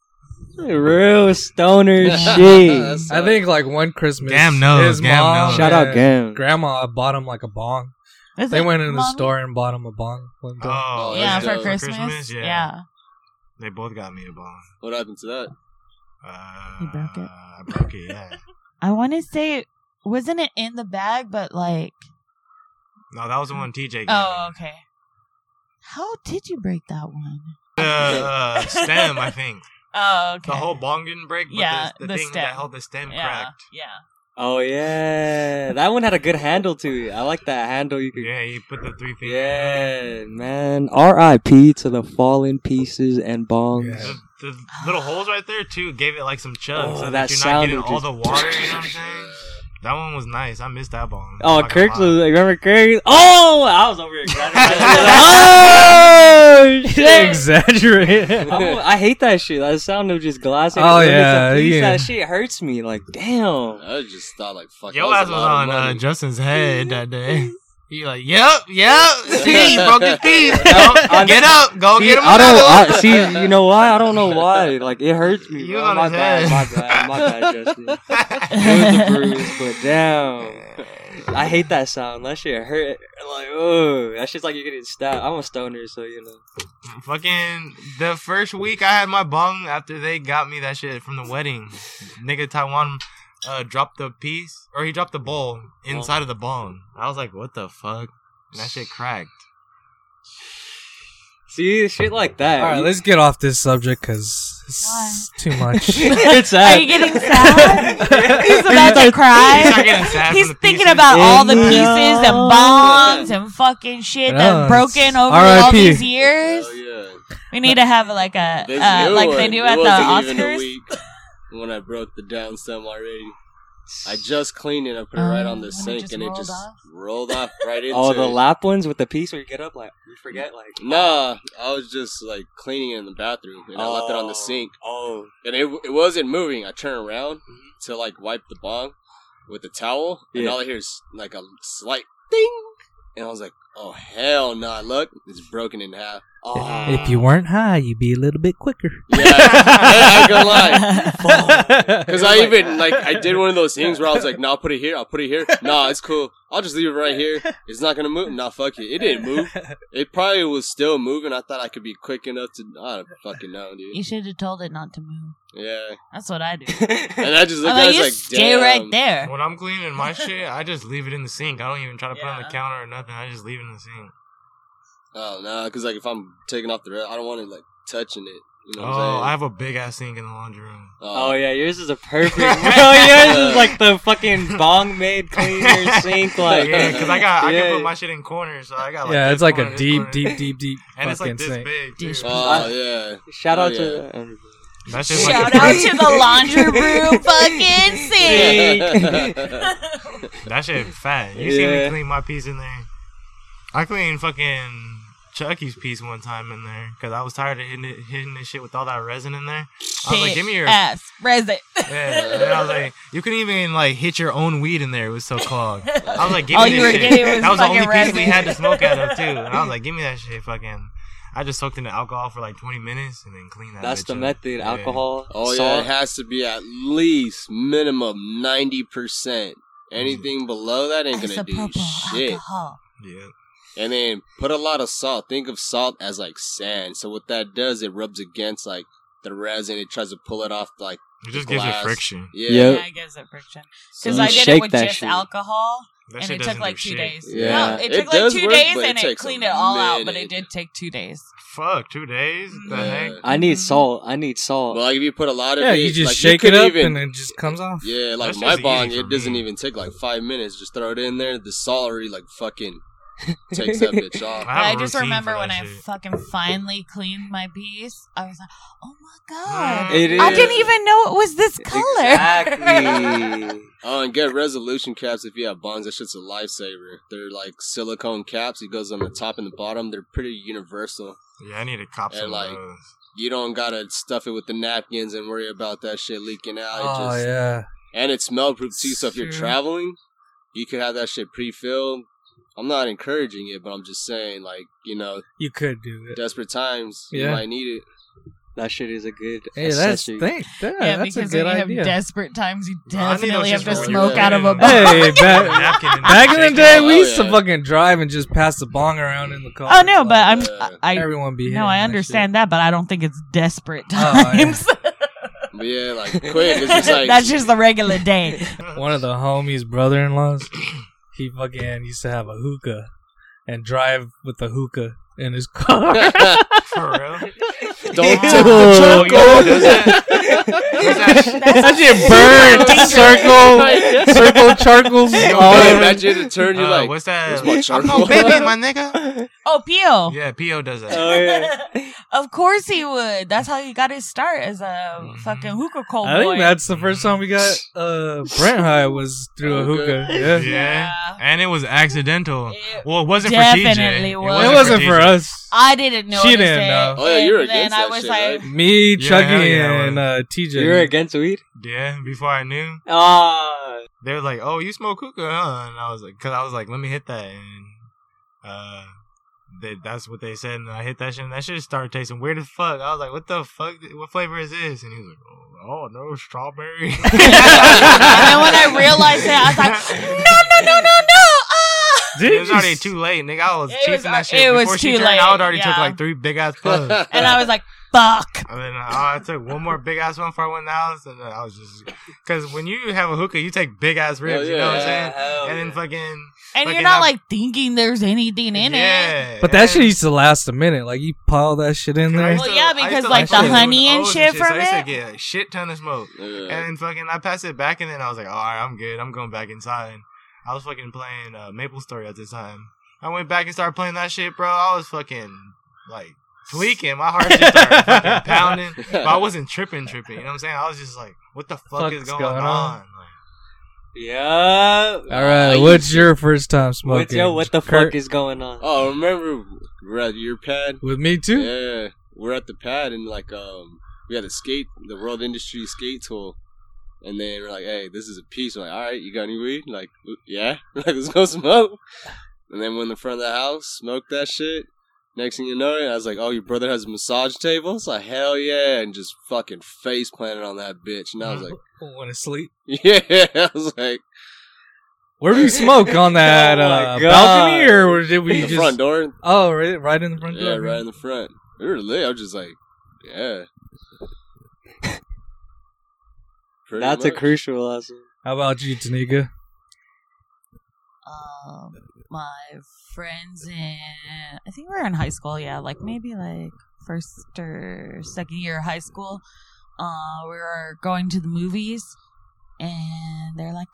Real stoner Yeah. shit. That's, uh, I think like one Christmas, Gam knows, his Gam mom, knows. Shout and out, Gam. Grandma bought him like a bong. It's They like, went in the "Mom, store and bought him a bong. One time. Oh, Yeah, Yeah, for for Christmas. yeah. They both got me a bong. What happened to that? Uh, You broke it? I broke it, yeah. I want to say, wasn't it in the bag? But like, No, that was the one TJ gave oh, me. okay. How did you break that one? The uh, stem, I think. Oh, okay. The whole bong didn't break, but Yeah, the, the, the thing stem. that held the stem yeah, cracked. yeah. Oh yeah, that one had a good handle to it. I like that handle. You could. Yeah, you put the three things. Yeah, man. R.I.P. to the fallen pieces and bongs. Yeah. The, the little holes right there too gave it like some chug, Oh, so that, that you're not sound getting of all just- the water. You know what I'm saying? That one was nice. I missed that bong. Oh, Not gonna Kirk was lie. like, remember Kirk? Oh, I was over here. Oh, shit. Exaggerate. I'm- I hate that shit. That sound of just glass. Oh, When it's a yeah, piece, yeah. That shit hurts me. Like, damn. I just thought like fuck. Yo that ass was a was lot of on uh, money. Justin's head that day. He like, yep, yep. See, he broke his teeth. Go- I- get up, go See, get him. I another one. don't. I, see, you know why? I don't know why. Like, it hurts me. You Bro. on My his bad. My bad. head. My bad, Justin. It was a bruise, but damn. I hate that sound. That shit hurt. Like, oh, that shit's like you're getting stabbed. I'm a stoner, so you know. Fucking the first week I had my bong after they got me that shit from the wedding. Nigga Taiwan uh, dropped the piece or he dropped the bowl Oh. inside of the bong. I was like, what the fuck? And that shit cracked. See, shit like that. All right, let's get off this subject because Why? it's too much. it's sad. Are you getting sad? He's about to He's not getting cry. sad He's from the thinking pieces. about all the Yeah. pieces and bombs and fucking shit Yeah, that's broken it's over all RIP. these years. Hell yeah. We need to have like a This uh, new like one, they do it at the wasn't even a Oscars. week when I broke the down stem already. I just cleaned it. I put it right Oh, on the and it sink, just and it rolled just off? rolled off right into. Oh, the it. lap ones with the piece where you get up, like you forget, like Nah, I was just like cleaning it in the bathroom, and I left it on the sink, Oh, and it it wasn't moving. I turned around Mm-hmm. to like wipe the bong with the towel, and Yeah. all I hear is like a slight ding, and I was like, Oh hell no! Look, it's broken in half. Oh. If you weren't high, you'd be a little bit quicker. Yeah, I ain't gonna lie. Because I even like I did one of those things where I was like, "No, I'll put it here. I'll put it here. Nah, it's cool. I'll just leave it right here. It's not gonna move. Nah, fuck it. It didn't move. It probably was still moving. I thought I could be quick enough to. I don't fucking know, dude. You should have told it not to move. Yeah, That's what I do. and I I'm just looked like, at it you I was like, stay damn. right there. When I'm cleaning my shit, I just leave it in the sink. I don't even try to put it on the Yeah. counter or nothing. I just leave it in the sink. Oh no, because like if I'm taking off the rail, I don't want it like touching it. You know what Oh, I I'm saying? have a big ass sink in the laundry room. Oh Oh, yeah, yours is a perfect. Bro, yours Yeah. is like the fucking bong made cleaner sink. Like, yeah, because I got I Yeah. can put my shit in corners, so I got like yeah, this it's like corner, a this deep, corner. deep, deep, deep and it's fucking like this sink. big. Dude. Dish oh yeah. shout out Oh, to. um, That's just Shout like, out to the laundry room fucking sink. Yeah. that shit fat. You seen Yeah. me clean my piece in there? I cleaned fucking Chucky's piece one time in there because I was tired of hitting, it, hitting this shit with all that resin in there. I was like, give me your ass resin. Yeah, and I was like, you couldn't even like hit your own weed in there. It was so clogged. I was like, give me All this Oh, you were shit. getting was that was the fucking only piece we resin. had to smoke out of too. And I was like, give me that shit, fucking. I just soaked in the alcohol for like 20 minutes and then cleaned that. That's bitch the up. method. Yeah. Alcohol. Oh yeah, salt. it has to be at least minimum ninety percent. Mm. Anything below that ain't gonna do shit. alcohol. Yeah. And then put a lot of salt. Think of salt as like sand. So what that does, it rubs against like the resin. It tries to pull it off. Like It just gives Glass. it friction. yeah, Yeah, Yep. I guess it friction. So- Because You I did shake it with that just shit. alcohol, That and shit it doesn't took like do two shit. days. Yeah. no, it It took like does two work, days, but it and it, takes a cleaned it all out. But it minute. did take two days. Fuck, two days? The Yeah. heck? I Mm-hmm. need salt. I need salt. Well, like if you put a lot of Yeah, it, you just like, shake could it up even- and it just comes off. yeah, like That's my just bong, easy for it doesn't me. even take like five minutes. Just throw it in there. The salt already like fucking takes that bitch off. have I, a just routine remember for when that I shit. fucking finally cleaned my piece. I was like, oh my god. It is. I didn't even know it was this color. Exactly. Oh, and get resolution caps if you have bongs. That shit's a lifesaver. They're like silicone caps. It goes on the top and the bottom. They're pretty universal. Yeah, I need to cop And, some uh, like, of those. You don't gotta stuff it with the napkins and worry about that shit leaking out. It Oh just- yeah, And it's smell proof too. So if you're Sure. traveling, you could have that shit pre-filled. I'm not encouraging it, but I'm just saying, like you know, you could do it. desperate times, you Yeah. might need it. that shit is a good. Hey, that's accessory. think that, Yeah, that's a because good when you idea. have desperate times, you I think definitely that's have just to for when you're smoke out of a cleaning. bong. hey, back, Napkin and back in shake the it day, out. we Oh, used to yeah. fucking drive and just pass the bong around in the car. Oh no, but I'm Uh, I, I everyone be no, I understand that, but I don't think it's desperate Oh, yeah. times. But yeah, like quick. It's just like That's just the regular day. One of the homies' brother-in-laws, he fucking used to have a hookah and drive with the hookah in his car. For real? don't Yeah. Oh, tip the Oh, truck you know, does over. that, does that, that shit burned. Circle, circle charcoals all Oh, over. imagine the turn. You're uh, like, what's that? where's my I'm charcoal? no baby, my nigga. Oh, Uh. Pio. Yeah, P.O. does that. Oh yeah. of course he would. That's how he got his start as a Mhm. fucking hookah cold I boy. think that's the first time we got uh, Brent High was through a Hookah. hookah. Yeah. Yeah. And it was accidental. It Well, it wasn't for TJ. definitely was. It wasn't for TJ. us. I didn't know. She didn't know. Oh, yeah, you were against I that was shit, like, right? Me, Yeah, Chucky, hell yeah, I and was. uh, TJ. You were against weed. Yeah, before I knew, Ah. they were like, "Oh, you smoke hookah?" Huh? And I was like, "Cause I was like, let me hit that." And uh, they, that's what they said. And I hit that shit, and that shit started tasting weird as fuck. I was like, "What the fuck? What flavor is this?" And he was like, "Oh, oh, no, strawberry." and and then when I realized it, I was like, no, no, no, no, no. Ah! Did it was you already s- too late, nigga. I was It cheaping was- that shit. it was Before she too turned late, out, I already took yeah. like three big ass puffs. And I was like, fuck. And then uh, I took one more big ass one before I went in the house, and uh, I was just because when you have a hookah, you take big ass ribs, you know Oh, what I'm saying? And then fucking And you're Fucking not up. like thinking there's anything in it. yeah, But that shit used to last a minute. Like you pile that shit in And I there. used Well, yeah, I used because, to, like, the smoke honey and O's shit so I from used to it. get a shit ton of smoke, and Yeah. then fucking I passed it back, and then I was like, all right, I'm good, I'm going back inside. I was fucking playing uh, Maple Story at the time. I went back and started playing that shit, bro. I was fucking like tweaking, my heart just started fucking pounding. But I wasn't tripping, tripping. You know what I'm saying? I was just like, what the fuck Fuck's is going, going on? on? Like, Yeah. All right, I what's used your first time smoking? What's yo? What the Kurt? fuck is going on? Oh, remember we're at your pad? with me too? Yeah, we're at the pad and like um we had a skate the World Industry skate tool, and then we're like, hey, this is a piece. We're like, all right, you got any weed? Like, yeah, like let's go smoke. And then went in front of the house, smoked that shit. Next thing you know, I was like, "Oh, your brother has a massage table." It's like, "Hell yeah!" And just fucking face planted on that bitch. And I was like, Want to sleep? "Yeah." I was like, Where do you smoke on that Oh my uh, God. balcony, or did we in the just? front door. Oh, right, right in the front Yeah, door. right in the front. We were lit. I was just like, "Yeah." Pretty That's a much. crucial lesson. How about you, Tanika? um, my friends in I think we were in high school, yeah, like maybe like first or second year of high school. Uh, we were going to the movies, and they're like,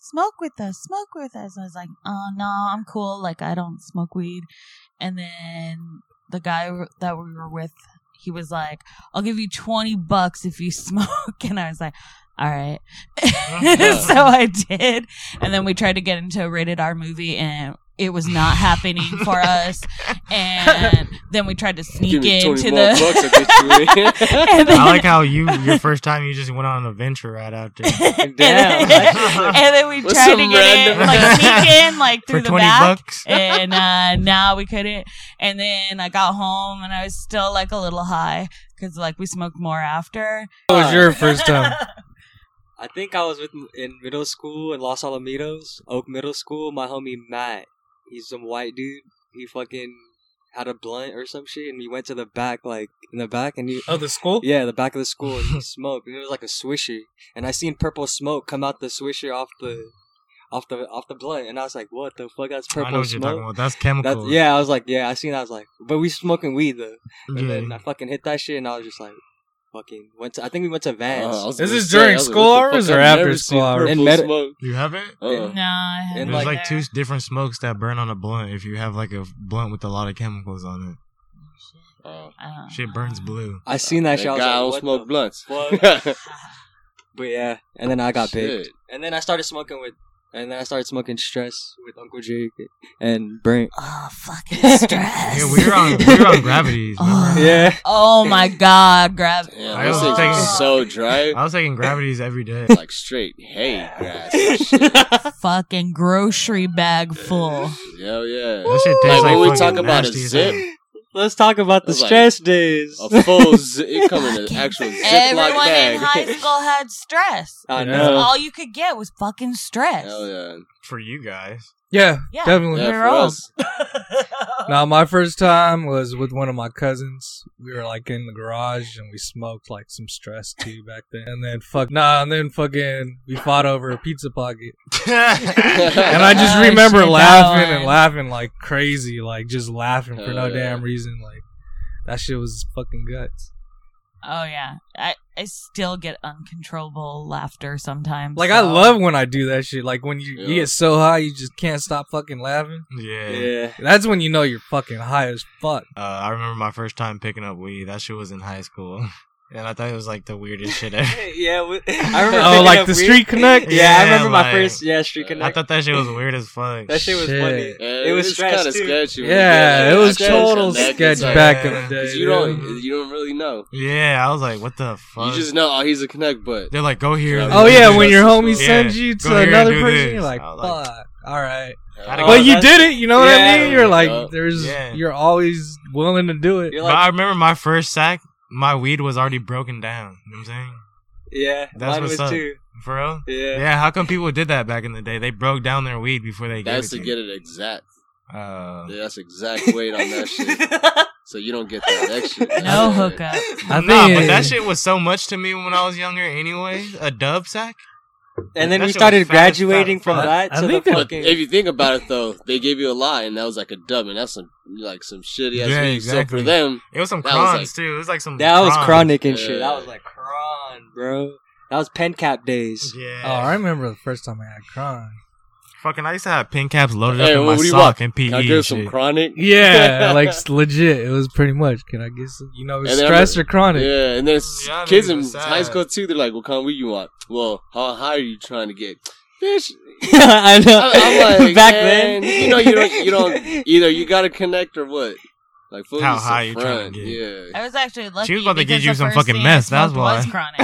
"Smoke with us, smoke with us." I was like, "Oh no, I'm cool. Like I don't smoke weed." And then the guy that we were with, he was like, "I'll give you twenty bucks if you smoke," and I was like. All right. so I did. And then we tried to get into a rated R movie and it was not happening for us. And then we tried to Give sneak me twenty into more bucks, the. I'll get you in. and then, I like how you your first time you just went on an adventure right after. and, Damn. then, and then we With tried to some get in, random- like sneak in, like For through the twenty back. bucks. and uh now we couldn't and then i got home and i was still like a little high because like we smoked more after What was your first time? I think I was with, in middle school in Los Alamitos, Oak Middle School. My homie Matt, he's some white dude. He fucking had a blunt or some shit, and he went to the back, like in the back, and he Oh, the school. yeah, the back of the school, and he smoked, and it was like a swisher, and I seen purple smoke come out the swisher off the off the off the blunt, and I was like, what the fuck? That's I purple know what you're smoke. talking about. That's That- chemicals. yeah, I was like, yeah, I seen. That. I was like, but we smoking weed though. And Yeah. then uh, I fucking hit that shit, and I was just like, fucking went to. I think we went to Vans. Oh, I was This gonna is say, during I was like, school what the hours fuck? or I've after never school seen hours? purple In med- smoke. You haven't? Uh-uh. no I And, haven't There's been like two there. s- different smokes that burn on a blunt if you have like a blunt with a lot of chemicals on Oh. Uh, it. Shit burns blue. I seen that shit. That I was guy like, don't what smoke the blunts. fuck? But yeah, and then I got big, Shit. and then I started smoking with, and then I started smoking stress with Uncle Jake and Brent. oh fucking stress Yeah, we were on we were on gravity. oh, remember? Yeah. oh my god grab Damn, I those things was thinking- are so dry. I was taking gravities every day. It's like straight hay grass. and shit. fucking grocery bag Oh. full Hell yeah. That shit Like tastes when like we fucking talk about a nasty as zip, hell. Let's talk about the It's like- stress days. a full zip, it come in an Fucking actual Ziploc everyone in bag. high school had stress I Yeah. know. all you could get was fucking stress Hell yeah. for you guys. Yeah, Yeah. definitely. Yeah, You're for old. us. Now, my first time was with one of my cousins. We were like in the garage and we smoked like some stress too back then. And then fuck, nah, and then fucking we fought over a pizza pocket. And I just Oh, remember shit, that laughing and one. laughing like crazy, like just laughing for no Hell Oh, yeah. damn reason. Like that shit was fucking guts. Oh yeah, I I still get uncontrollable laughter sometimes. Like I so- love when I do that shit. Like when you, you Yeah. get so high you just can't stop fucking laughing. Oh. yeah. Yeah. That's when you know you're fucking high as fuck. Uh, I remember my first time picking up weed. That shit was in high school. And I thought it was like the weirdest shit ever. Yeah. we- I remember. Oh, picking like up the weed. street connect. Yeah, I Yeah, remember my like- first. Yeah, street I I connect. thought that shit was weird as fuck. that shit was Shit. funny. Yeah, It was it's stress, kinda too. sketchy. when you get Yeah, that it was shit total connected. It's sketch like- back in the day. 'Cause You dude. don't, you don't really know. Yeah, I was like, what the fuck? You just know, oh, he's a connect, but They're like, go here. Oh yeah, when That's your the homie problem. sends Yeah. you Go to here and another do person, this. you're like, I was like- fuck, all right. Gotta Oh, go. But you that's- did it, you know what I Yeah. mean? You're like, Yeah. there's, Yeah. you're always willing to do it. You're But like, I remember my first sack, my weed was already broken down. You know what I'm yeah. That's mine what's was up. too. saying? For real? Yeah. Yeah, how come people did that back in the day? They broke down their weed before they that's to gave it get it exact. you. Uh, Yeah, That's exact weight on that shit. So you don't get that extra. no hookup. I nah, think but that it- shit was so much to me when I was younger anyway. A dub sack? And then That we shit was started fast graduating as from fuck. that I to the think that- But fucking. if you think about it, though, they gave you a lie, and that was like a dub, and that's some like some shitty ass Yeah, weed. So exactly. for them, It was some That was crons, like- too. It was like some. That was crons. chronic and shit. Yeah. That was like cron, bro. That was pen cap days. Yeah. Oh, I remember the first time I had cron. Fucking, I used to have pin caps loaded Hey, up in what my do you sock want? and PE. can I and get some shit. chronic? Yeah, like s- legit. It was pretty much. Can I get some? You know, then stress or chronic? Yeah, and then s- Yeah, I kids in remember that. high school too. They're like, "What kind of weed you want?" Well, how high are you trying to get, bitch? I know. I- I'm like, Back man, then, you know, you don't, you don't. Either you got to connect or what? Like, fool, How you some high you friend. trying to Yeah. I was actually lucky. She was about to because get you the some first fucking thing meth, I smoked that's why. Was chronic.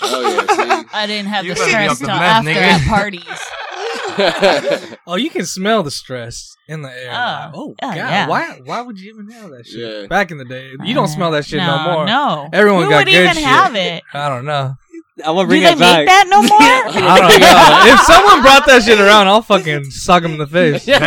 Oh yeah. See? I didn't have You the better be stress off the till meth, after nigga. at parties. Oh, you can smell the stress in the air. Oh, Like, oh, oh, God. yeah. Uh, Why why would you even have that shit? Yeah. Back in the day, you don't smell that shit no, no more. No, Everyone Who got would good even shit. have it? I don't know. I'm gonna Do bring they it back. make that no more? I don't know. if someone brought that shit around, I'll fucking sock him in the face. That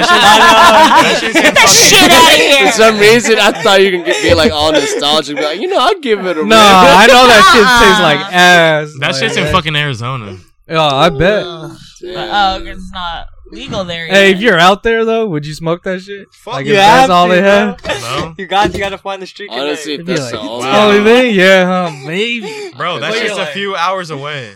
shit's- that shit's Get that fucking- shit out of here. For some reason, I thought you could get, be like all nostalgic, be like you know, I'd give it a No, I know that shit Uh-uh. tastes like ass. That Like, shit's in fucking Arizona. Oh, I bet. Ugh. rip. But, oh, 'cause it's not legal there. Hey, yet. if you're out there though, would you smoke that shit? like you if have that's all to, they bro. had. Hello? You got you gotta find the street. connect. Honestly, if It'd be that's like, the it's only, the only thing, Oh, yeah, huh, maybe. Bro, that's Wait, just a like- few hours away.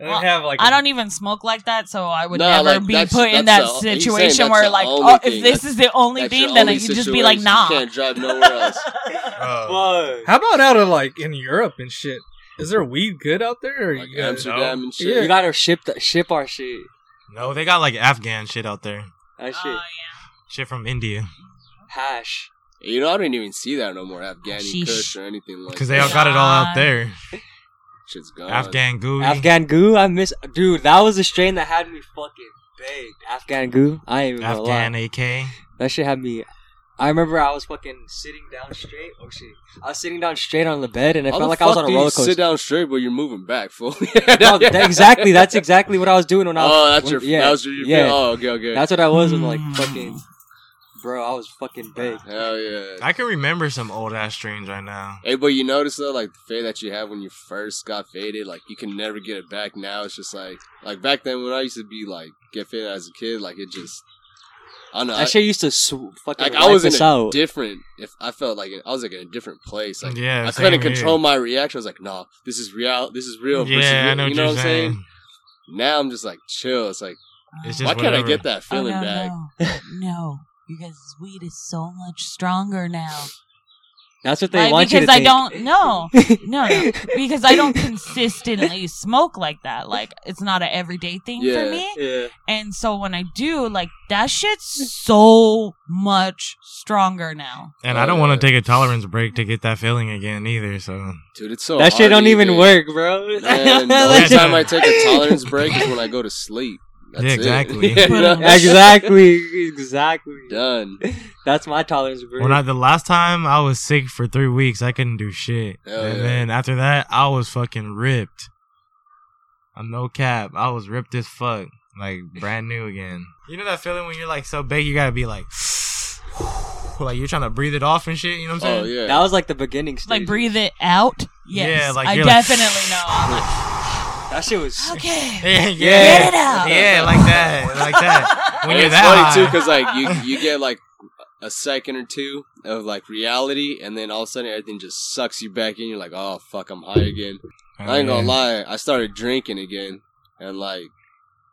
And Well, then have like I don't even smoke like that, so I would No, never like, be that's- put in that that's the- he's saying situation that's where, the like, only oh, if thing. this is the only that's thing, your then only you just be like, situation. nah. you can't drive nowhere else. Bro. Fuck. How about out of like in Europe and shit? Is there weed good out there? Or Like you guys- Amsterdam and Yeah. shit. You gotta ship the, ship our shit. No, they got like Afghan shit out there. That Oh, shit Shit from India. hash. You know, I don't even see that no more. Afghani Sheesh. Kush or anything like Because that. they all got it all out there. Shit's gone. Afghan gooey. Afghan goo. I miss dude. That was a strain that had me fucking baked. Afghan goo. I ain't even gonna lie. Afghan AK. That shit had me. I remember I was fucking sitting down straight. Oh shit! I was sitting down straight on the bed, and it How felt the like I was fuck on a do you roller coaster. Sit down straight, but you're moving back, fool. No, that- exactly. That's exactly what I was doing when I was. Oh, that's when- your. yeah, that was your. yeah. Oh, okay, okay. That's what I was. I'm like Mm. fucking, bro. I was fucking big. Hell yeah. I can remember some old ass strains right now. Hey, but you notice though, like the fade that you had when you first got faded, like you can never get it back now. It's just like, like back then when I used to be like get faded as a kid, like it just, I don't know. I, That shit used to sw- fucking like wipe I was in us a out. different. If I felt like I was like in a different place, like yeah, I same couldn't here. control my reaction. I was like, nah, this is real. This is real. versus Yeah, I real. know you what know you're what I'm saying. saying. Now I'm just like chill. It's like It's yeah. just why can't I whatever. get that feeling oh, no, back? No. no, because weed is so much stronger now. That's what they Right, want you to because I think. don't- no. No, no, because I don't consistently smoke like that. Like, it's not a everyday thing Yeah. for me. yeah. And so when I do, like, that shit's so much stronger now. And I don't uh, want to take a tolerance break to get that feeling again either. So Dude, it's so that shit hard to don't even Oh, get- work, bro. Man, the That only shit- time I take a tolerance break is when I go to sleep. That's Yeah, it. exactly. You know? exactly, exactly. Done. That's my tolerance, bro. when I the last time I was sick for three weeks, I couldn't do shit. Hell and yeah. then after that, I was fucking ripped. I'm no cap. I was ripped as fuck, like brand new again. You know that feeling when you're like so big, you gotta be like, like you're trying to breathe it off and shit. You know what I'm saying? Oh yeah. that was like the beginning stage. Like, breathe it out. Yes, Yeah, like, I you're like- definitely know. I'm That shit was. like, okay. Yeah, yeah, Get it out. yeah, like that, like that. When And you're it's that funny too, high. because like you you get like a second or two of like reality, and then all of a sudden everything just sucks you back in. You're like, oh fuck, I'm high again. I Oh, ain't gonna lie, I started drinking again, and like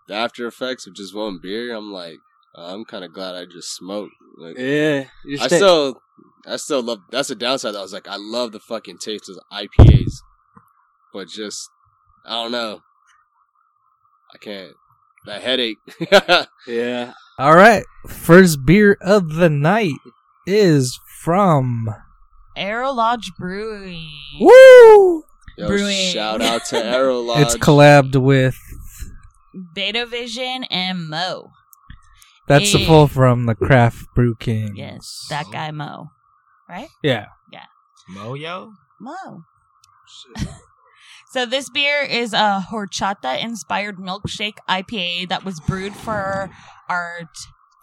the after effects of just one beer, I'm like, "Oh, I'm kind of glad I just smoked. Like, Yeah. you I stay- still, I still love. That's the downside. That I was like, I love the fucking taste of IPAs, but just I don't know. I can't. That headache. Yeah. All right, first beer of the night is from Arrow Lodge Brewing. Woo. Yo, Brewing. Shout out to Arrow Lodge. It's collabed with. Beta Vision and Mo. That's the pull from the Craft Brew King. Yes, that guy Mo. Right? Yeah. Moyo. Mo. so this beer is a horchata inspired milkshake IPA that was brewed for our t-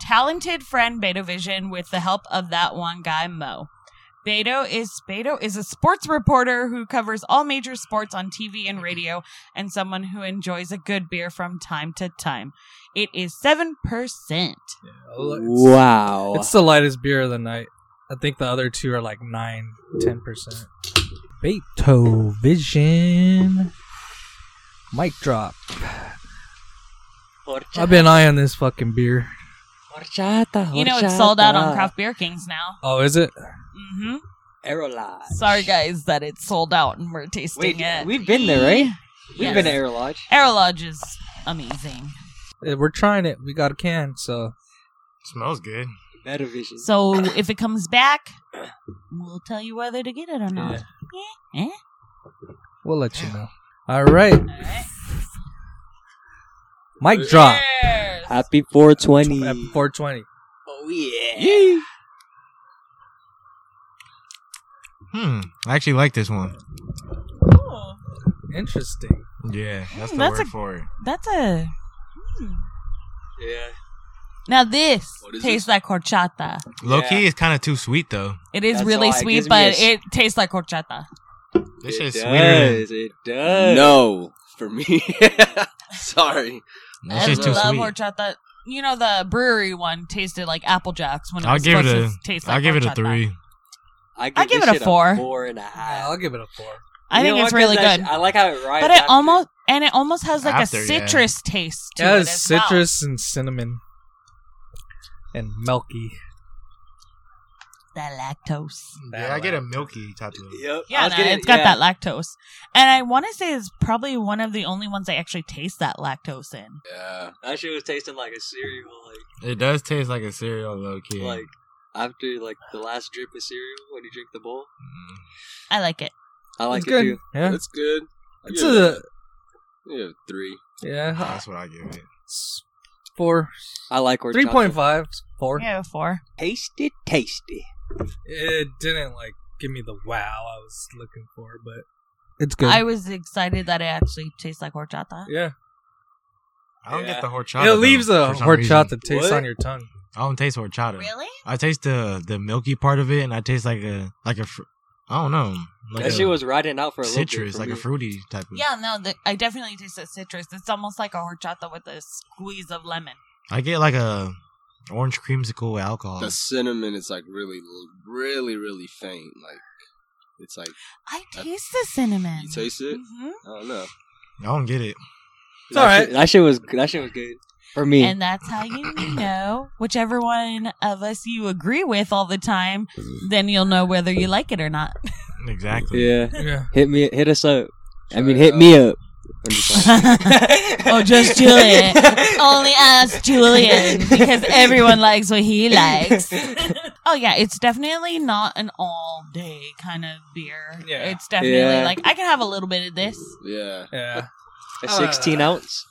talented friend Beto Vision with the help of that one guy Mo. Beto is Beto is a sports reporter who covers all major sports on TV and radio and someone who enjoys a good beer from time to time. It is 7%. Oh, It's, Wow. it's the lightest beer of the night. I think the other two are like 9 10%. Beethoven. Mic drop. Horchata, I've been eyeing this fucking beer. horchata, You know it's sold out on horchata. Craft Beer Kings now. Oh, is it? Mhm. Aerolodge. Sorry, guys, that it's sold out and we're tasting Wait, it. we've been there, right? We've Yes. been to Aerolodge. Aerolodge is amazing. Eh, We're trying it. We got a can, so Smells good. Metavision. So if it comes back, we'll tell you whether to get it or not. we'll let you know. All right. All right. Mic drop. Cheers. Happy 420. At uh, 420. Oh yeah. Yee. Hmm. I actually like this one. Ooh, Interesting. Yeah, that's Hmm, the that's word a- for it. that's a. hmm. Yeah. Now this What is tastes like horchata. Low Yeah. key is kind of too sweet though. It is That's really why it sweet, gives me but a- it tastes like horchata. This It shit's sweeter. does. It does. No, for me. Sorry. This I shit's too love sweet. horchata. You know the brewery one tasted like apple jacks when it I'll was give it supposed a- to taste like I'll give it a horchata. three. I give, I give this it a shit four. Four and a Yeah, Ah, half. I'll give it a four. I You think know it's what? 'Cause really that sh- good. I like how it rides. but it after. almost and it almost has like After, a yeah. citrus taste to It it, has as well. citrus and cinnamon and milky. That lactose. Yeah, I get a milky type of. Yep. I Yeah, was no, getting- it's got yeah. that lactose, and I want to say it's probably one of the only ones I actually taste that lactose in. Yeah. That shit was tasting like a cereal, like It does taste like a cereal, low key. like after like the last drip of cereal when you drink the bowl. Mm. I like it. I like it's it good. too. Yeah. That's good. It's yeah. a yeah, three. yeah. that's what I give it. It's four. I like horchata. Three point five. Four. Yeah, four. Tasty, tasty. It didn't like give me the wow I was looking for, but it's good. I was excited that it actually tastes like horchata. yeah. I don't Yeah. get the horchata. it leaves though, a for some reason. horchata taste What? on your tongue. I don't taste horchata. I taste the the milky part of it, and I taste like a like a. Fr- I don't know. Like that a shit was riding out for a little bit citrus, for like a me. fruity type of. Yeah, no, the, I definitely taste the citrus. It's almost like a horchata with a squeeze of lemon. I get like a orange creamsicle with alcohol. The cinnamon is like really, really, really faint. Like it's like I Uh, taste the cinnamon. you taste it. Mhm. I don't know. I don't get it. It's all That right. shit- That shit was that shit was good for me. And that's how you know whichever one of us you agree with all the time, then you'll know whether you like it or not. Exactly. yeah, Yeah. hit me, hit us up. I Shout mean, it hit out. me up. oh, just Julian. Only ask Julian because everyone likes what he likes. oh yeah, it's definitely not an all day kind of beer. Yeah. It's definitely Yeah. like I can have a little bit of this. Yeah. Yeah. A sixteen ounce,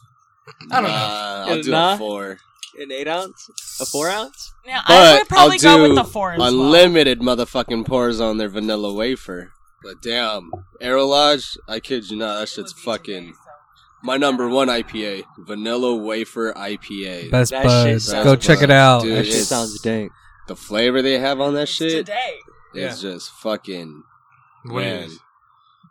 I don't know. Nah, I'll It's do not- a four. an eight ounce, a four ounce. Now I But would probably I'll go with do the four as well. Unlimited motherfucking pours on their vanilla wafer. But damn, Aerolodge, I kid you not, that shit's fucking my number one IPA, vanilla wafer IPA. Best That buds. shit Go sounds check it good. out. Dude, That It shit is. sounds dank. the flavor they have on that shit today. is just fucking What man. is?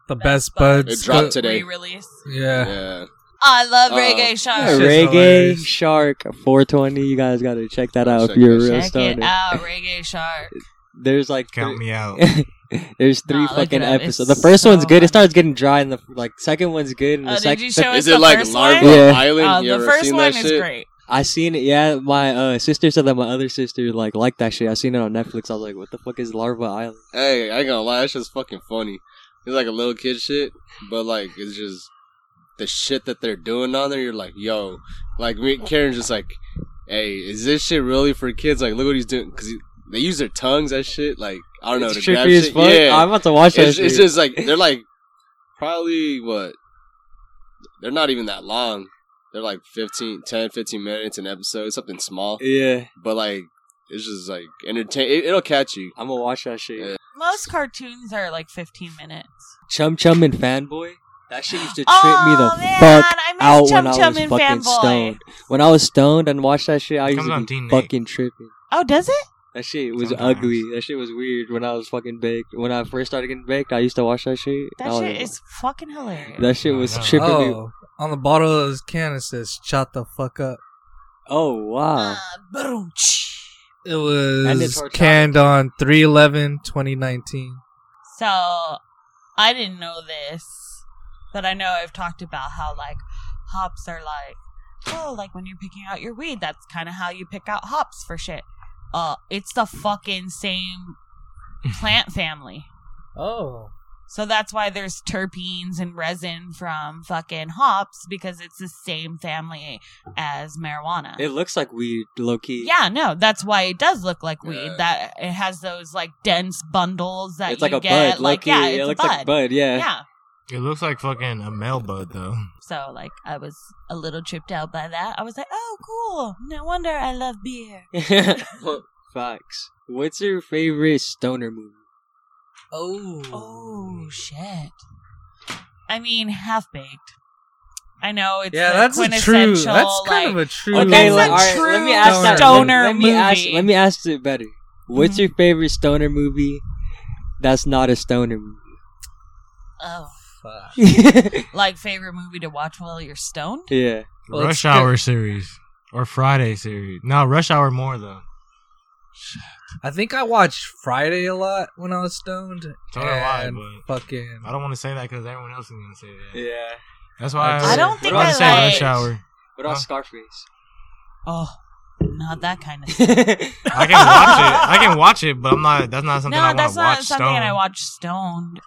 The best buds. It dropped Go- today. Re-release. Yeah. yeah. I love Uh, reggae shark. shit's Reggae hilarious. Shark 420. You guys gotta check that out if Check you're a that real Check it stoner. out, reggae shark. There's like Count me out. There's three Nah, look fucking it up. It's episodes. The first so one's good. funny. It starts getting dry, and the like second one's good. And Oh, the did second, you show us Is the it like first Larva one? Yeah. Island? Uh, you the ever first seen one that is shit? great. I seen it. Yeah, my uh, sister said that my other sister like liked that shit. I seen it on Netflix. I was like, what the fuck is Larva Island? Hey, I ain't gonna lie, that shit's fucking funny. It's like a little kid shit, but like it's just the shit that they're doing on there. You're like, yo, like me, Karen's just like, hey, is this shit really for kids? Like, look what he's doing because they use their tongues. That shit, like, I don't know, it's to grab trippy as shit. fuck. Yeah, I'm about to watch that. it's, it's shit. just like they're like probably what they're not even that long. They're like 15, 10, 15 minutes an episode, something small, yeah. but like it's just like entertain. It, it'll catch you. I'm gonna watch that shit. Yeah. Most cartoons are like 15 minutes. Chum Chum and Fanboy. That shit used to trip me oh the man, fuck I miss out Chum when I Chum was and fucking Fanboy. stoned. When I was stoned and watched that shit, I used Comes to on be Teen Nick. fucking tripping. Oh, does it? That shit was Sometimes. ugly. That shit was weird when I was fucking baked. When I first started getting baked, I used to watch that shit. That I was shit like, is fucking hilarious. Oh, That shit was I know. tripping me. Oh, on the bottle of this can it says "Shut the fuck up." Oh wow. Uh, boom, tsh. It And it's was horchata. canned on 311 2019. so, I didn't know this, but I know I've talked about how like hops are like, oh, like when you're picking out your weed, that's kind of how you pick out hops for shit. Uh, it's the fucking same plant family. Oh. So that's why there's terpenes and resin from fucking hops because it's the same family as marijuana. It looks like weed, low key. yeah, no, that's why it does look like weed. Yeah. That it has those like dense bundles that it's you like a get. bud. like low key. yeah, it it's looks a bud. like bud. Yeah. Yeah, It looks like fucking a male bud though. So like I was a little tripped out by that. I was like, oh cool. No wonder I love beer. Fox, what's your favorite stoner movie? Oh. Oh shit. I mean, half baked. I know it's Yeah, the that's a true. quintessential. That's kind like, of a true. Okay, well, that's a alright, true let me ask that. stoner let, let me ask. movie. Let me ask it better. What's Mm-hmm. Mhm. your favorite stoner movie? That's not a stoner oh, movie. like favorite movie to watch while you're stoned. yeah. Well, it's Rush Hour series or Friday series. No, Rush Hour more though. I think I watched Friday a lot when I was stoned. So did I, and but- fucking. I don't want to say that because everyone else is gonna say that. Yeah. That's why I I, don't think I I say like- Rush Hour. What about Huh? Scarface? Oh, not that kind of. I can watch it. I can watch it, but I'm not. That's not something I no, want that's to not watch. something stoned. I watch stoned.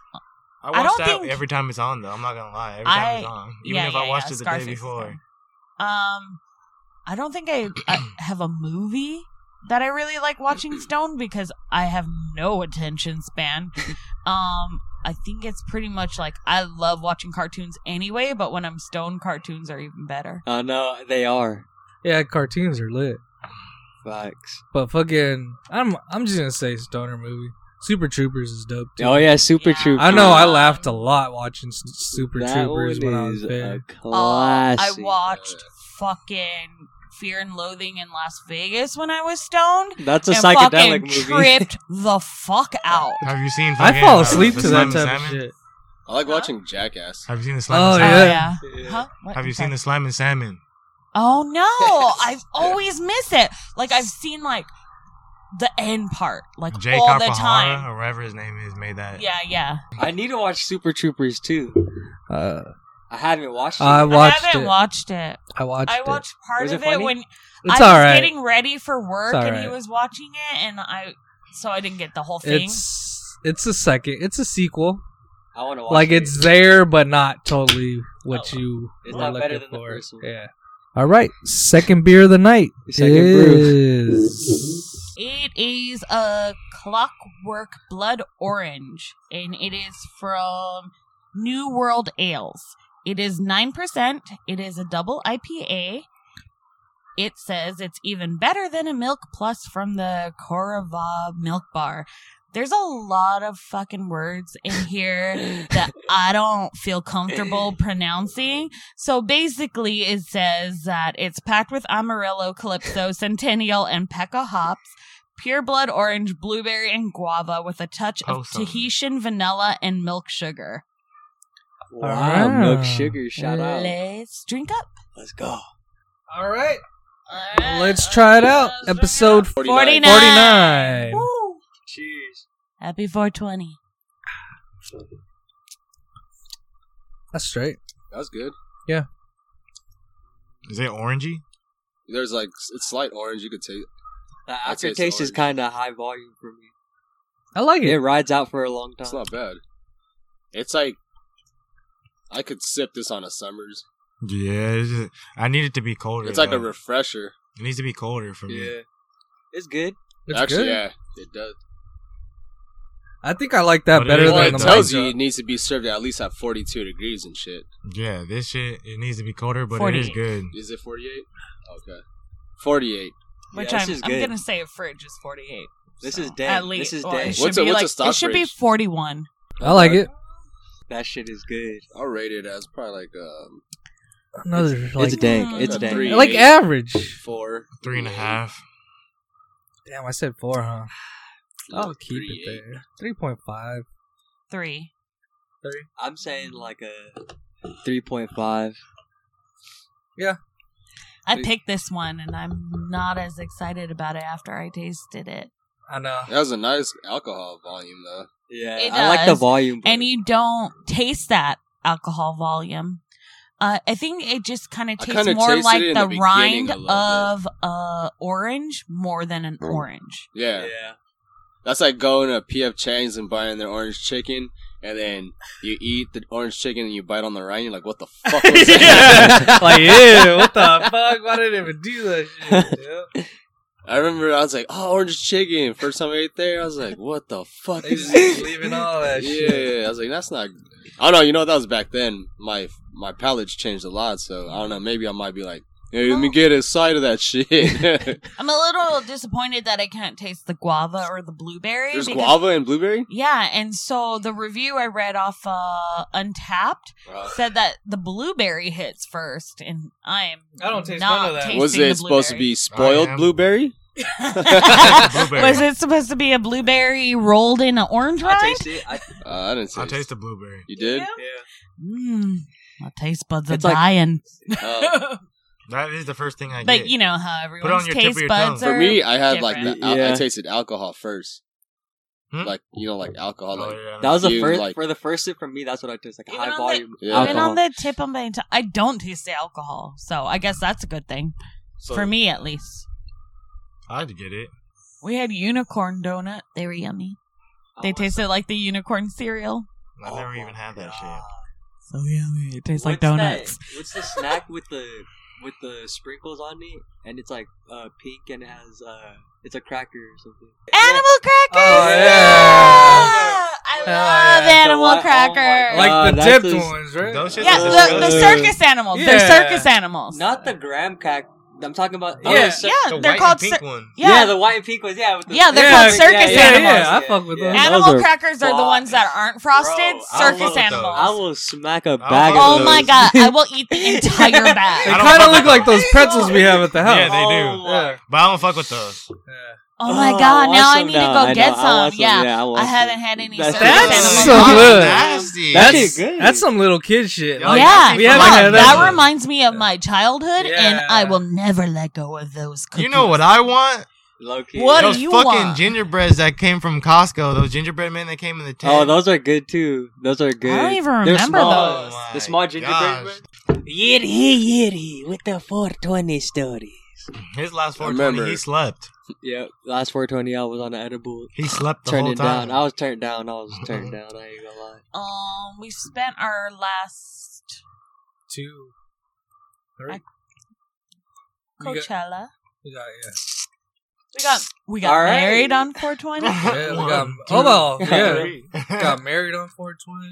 I watch don't that think- every time it's on, though. I'm not gonna lie. Every time I- it's on, even Yeah, if yeah, I watched yeah, it the Scarface day is before. fine. Um, I don't think I, I have a movie that I really like watching Stone because I have no attention span. Um, I think it's pretty much like I love watching cartoons anyway, but when I'm stoned, cartoons are even better. oh no, they are. Yeah, cartoons are lit. Fox. But fucking, I'm I'm just gonna say stoner movie. Super Troopers is dope too. Oh yeah, Super Yeah. Troopers. I know I laughed a lot watching S- Super That Troopers one when I was is there. a Uh, I classic. watched fucking Fear and Loathing in Las Vegas when I was stoned. That's a and psychedelic fucking movie. tripped the fuck out. Have you seen? I fucking, fall uh, asleep the to that Slim type Salmon? of shit. I like Huh? watching Jackass. Have you seen the slime? Oh and yeah. salmon? Yeah. Huh? What? Have I'm you sorry. seen the slime and salmon? Oh no, I've always missed it. Like I've seen like the end part, like Jay all the Kapahara, time. or whatever his name is, made that. Yeah, yeah. I need to watch Super Troopers too. Uh, I haven't watched it. I I watched haven't it. watched it. I watched I it. watched part Was of it it funny? when It's I was all right. getting ready for work, all and he right. was watching it, and I so I didn't get the whole thing. It's it's a second. It's a sequel. I want to watch. like it. it's there, but not totally what Oh, you It's were not better looking than the for. first one. Yeah. All right. Second beer of the night Second brew. is It is a clockwork blood orange, and it is from New World Ales. It is 9%. It is a double IPA. It says it's even better than a milk plus from the Korava Milk Bar. There's a lot of fucking words in here that I don't feel comfortable Eh. pronouncing. So basically, it says that it's packed with Amarillo, Calypso, Centennial, and Pekka hops, pure blood orange, blueberry, and guava with a touch of Awesome. Tahitian vanilla and milk sugar. wow, Wow. milk sugar. Shout out. Let's drink up. Let's go. all right. Let's try it out. Episode forty 49. nine. 49. Woo. Cheers. Happy 420. That's straight. That was good. Is it orangey? There's like it's slight orange. You could take. The I'd say it's aftertaste is orange. kind of high volume for me. I like It it. rides out for a long time. It's not bad. It's like I could sip this on a summers. Yeah. It's just, I need it to be colder. It's like a though. refresher. It needs to be colder for me. Yeah. It's good. It's Actually, good. yeah, it does. I think I like that But it better is- Well, than it the Like tells Mike's. you it needs to be served at least at 42 degrees and shit. Yeah. This shit. It needs to be colder, but it is 48. good. Is it 48? Okay, 48. Which Yeah, this I'm, is I'm good. going to say a fridge is 48. This so, is dead. At least. This is well, it dead. should What's a- be what's a like- stock It should be fridge? 41. I like it. That shit is good. I'll rate it as probably like um Another like, it's Mm. dank. It's a dank. three. like average. four, Three and a half. Damn, I said four, huh? I'll keep three, it there. Three point five. Three. I'm saying like a 3.5. I picked this one and I'm not as excited about it after I tasted it. I know. That was a nice alcohol volume though. Yeah. It I like the does. volume. but- And you don't taste that alcohol volume. Uh, I think it just kind of tastes kinda more tasted like it in the, the beginning rind a little bit. Mm. of uh, orange more than an orange. Yeah. yeah. that's like going to PF Chang's and buying their orange chicken, and then you eat the orange chicken and you bite on the rind. You're like, what the fuck? Was that? like, ew, what the fuck? Why did I even do that shit? I remember I was like, oh, orange chicken. First time I ate there, I was like, what the fuck They is just this? be leaving all that yeah, shit. yeah, I was like, that's not. I don't know. You know, that was back then. My my palate's changed a lot, so I don't know. Maybe I might be like, hey, Oh. let me get a side of that shit. I'm a little disappointed that I can't taste the guava or the blueberry. There's because- guava and blueberry. Yeah, and so the review I read off uh, Untapped said that the blueberry hits first, and I am I don't taste not none of that. tasting was the it supposed to blueberry. be spoiled I am. blueberry? Blueberry. was it supposed to be a blueberry rolled in an orange rind? I taste it. I, Uh, I didn't taste. I taste a blueberry. You did? Mm, my taste buds are It's like- dying. Uh, That is the first thing I but get. you know how on everyone's your tip of taste your buds tongue. are. for me, I had like the, different. al- I Yeah. tasted alcohol first. Hmm? Like you know, like alcohol. oh, Like, yeah. that was the You, first like- for the first sip from me. That's what I tasted. Like Even high on volume. Yeah. Even on alcohol. the tip of my tongue, I don't taste the alcohol, so I guess that's a good thing so- for me at least. I'd get it. We had unicorn donut. They were yummy. They tasted like the unicorn cereal. I've never even had that shit. So yummy. It tastes like What's that- donuts. What's the snack with the with the sprinkles on it? And it's like uh, pink and it has uh, it's a cracker or something. Animal crackers. Oh, yeah. Yeah! I Hell love yeah. animal So I- oh my crackers. God. Like Uh, the that's dipped just- ones, right? Those shits yeah, are the, the disgusting. circus animals. They're Yeah. circus animals. Not the graham crack. I'm talking about. Yeah. the cir- yeah, The they're white called. and pink Cir- one. yeah, yeah, the white and pink ones. Yeah, with the Yeah, they're Yeah, called circus yeah, animals. Yeah, I fuck with Yeah. those. Animal Those are crackers are the fly. ones that aren't frosted. Bro, I circus love those. animals. I will smack a I bag. love oh of my those. god! I will eat the entire They I bag. don't kind of fuck look with like those. those pretzels we have at the house. Yeah, they do. Oh, Yeah. But I don't fuck with those. Oh my Oh, god! I Now want I some need now. to I go get know, I some. want some, Yeah, yeah, I want I some. haven't had any That's- circus That's animals. so on good. Nasty. That That's, shit good. that's some little kid shit. Yeah, Oh, Like, yeah, we haven't fuck, had that, that one. reminds me of my childhood, and Yeah. I will never let go of those cookies. You know what I want? Low key. What those do you fucking want? gingerbreads that came from Costco. Those gingerbread men that came in the tin. Oh Oh, those are good too. Those are good. even They're remember small. those. my The small gingerbread. gosh. bread? Yiddy yiddy with the 420 stories. His last I 420, remember. he slept. Yep. Last 420, I was on an edible. He slept the turned whole it time. down. I was turned down. I was turned down. I ain't gonna lie. Um, we spent our last Two. Three. I- You got- Coachella. we got- We got we got All right. married on 420. yeah. Yeah, we got, One, two, hold on. Yeah. three. got married on 420.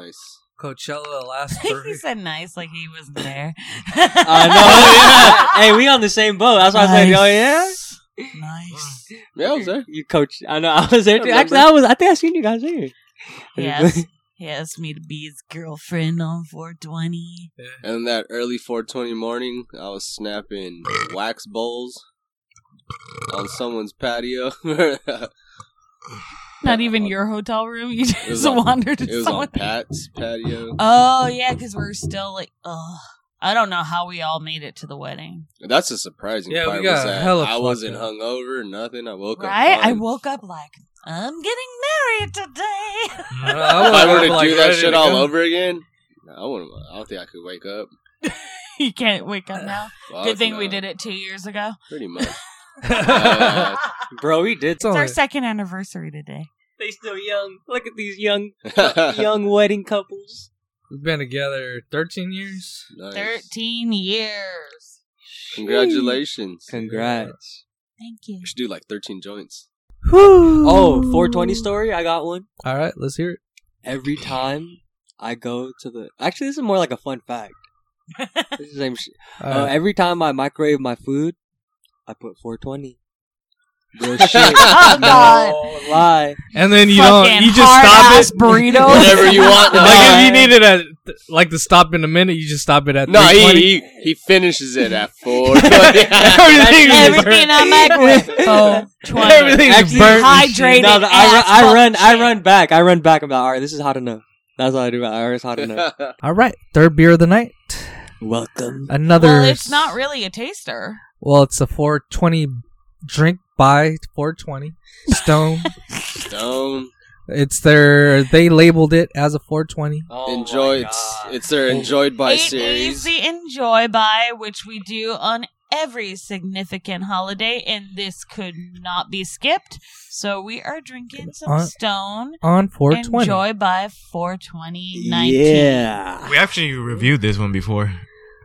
Nice. Coachella last he three. said nice, like he was there. I know. hey, we on the same boat. That's why I said, Nice. oh yeah. Nice. Yeah, I was there. You coach. I know. I was there too. Actually, I was. I think I seen you guys here. Yes. He asked me to be his girlfriend on 420. And that early 420 morning, I was snapping wax bowls on someone's patio. it Not even your hotel room. You was just on- wandered to was on someone. Pat's patio. Oh yeah, because we're still like, ugh. I don't know how we all made it to the wedding. That's a surprising Yeah, we part. was got that hella I wasn't fucked up. hungover, nothing. I woke Right? up. I fine. woke up like I'm getting married today. I don't know, If I were would've, to like, do that ready to shit all go. over again, no, I wouldn't. I don't think I could wake up. you can't wake up now. Good Fuck thing we no. did it two years ago. Pretty much. it's Uh, bro. We did. It's our second anniversary today. They still young. Look at these young, young wedding couples. We've been together 13 years. Nice. 13 years. Congratulations. Congrats. Thank you. We should do like 13 joints. Oh, 420 story. I got one. All right, let's hear it. Every time I go to the, actually, this is more like a fun fact. This is the same shit. Uh, Uh, every time I microwave my food, I put 420. Real shit. Oh, God. No lie. and then you Fucking don't. You just stop hard-ass it. burritos. Whatever you want. Like if you Alright. need it at like the stop in a minute, you just stop it at No, he, 320. he he finishes it at four. everything is Everything burnt. I microwave. Oh, 20. Everything is Actually, burnt. and shit. Hydrated. No, no, I run, ass I fuck run, I shit. run back. I run back. I'm like, all right, this is hot enough. That's all I do. I it's hot enough. All right, third beer of the night. Welcome. Another. Well, it's not really a taster. Well, it's a 420 drink by 420 Stone. Stone. it's their. They labeled it as a 420. Enjoy. It's, it's their enjoyed by it is series. the enjoy by, which we do on every significant holiday, and this could not be skipped. So we are drinking some Uh, Stone on 420. enjoy by 42019. Yeah. We actually reviewed this one before.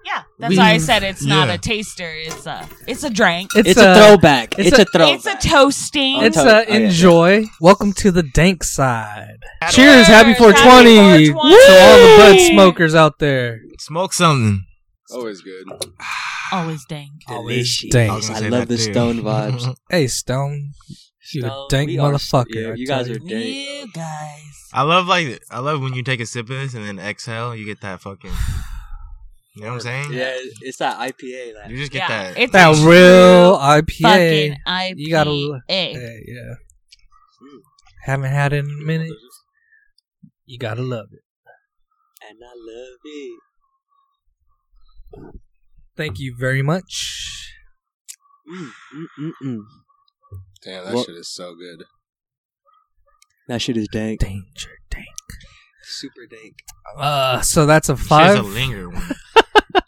Yeah. That's why I We've- said it's not Yeah. a taster. It's a it's a drink. It's, It's, a, throwback. it's It's, a- a, throwback. It's a toasting. It's Oh, yeah, a yeah. enjoy. Welcome to the dank side. Cheers, Cheers! Happy happy 420 to 420. all the bud smokers out there. Smoke something. Always good. Always dank. Delicious. I was Dank. gonna I say love that the too. stone vibes. Hey Stone, you a Stone, dank we are- motherfucker. yeah, I you tell guys are dank. You guys. I love like I love when you take a sip of this and then exhale, you get that fucking. You know what I'm saying? Yeah, it's that IPA. That You just get Yeah, that. it's that a real true Fucking IPA. IPA. You gotta l- Hey, yeah. Haven't had it in a minute. You gotta love it. and I love it. Thank you very much. Mm, mm, mm, mm. Damn, that Well- shit is so good. That shit is dank. Danger, dank. Super dank. Uh, so that's a She's a five. linger one.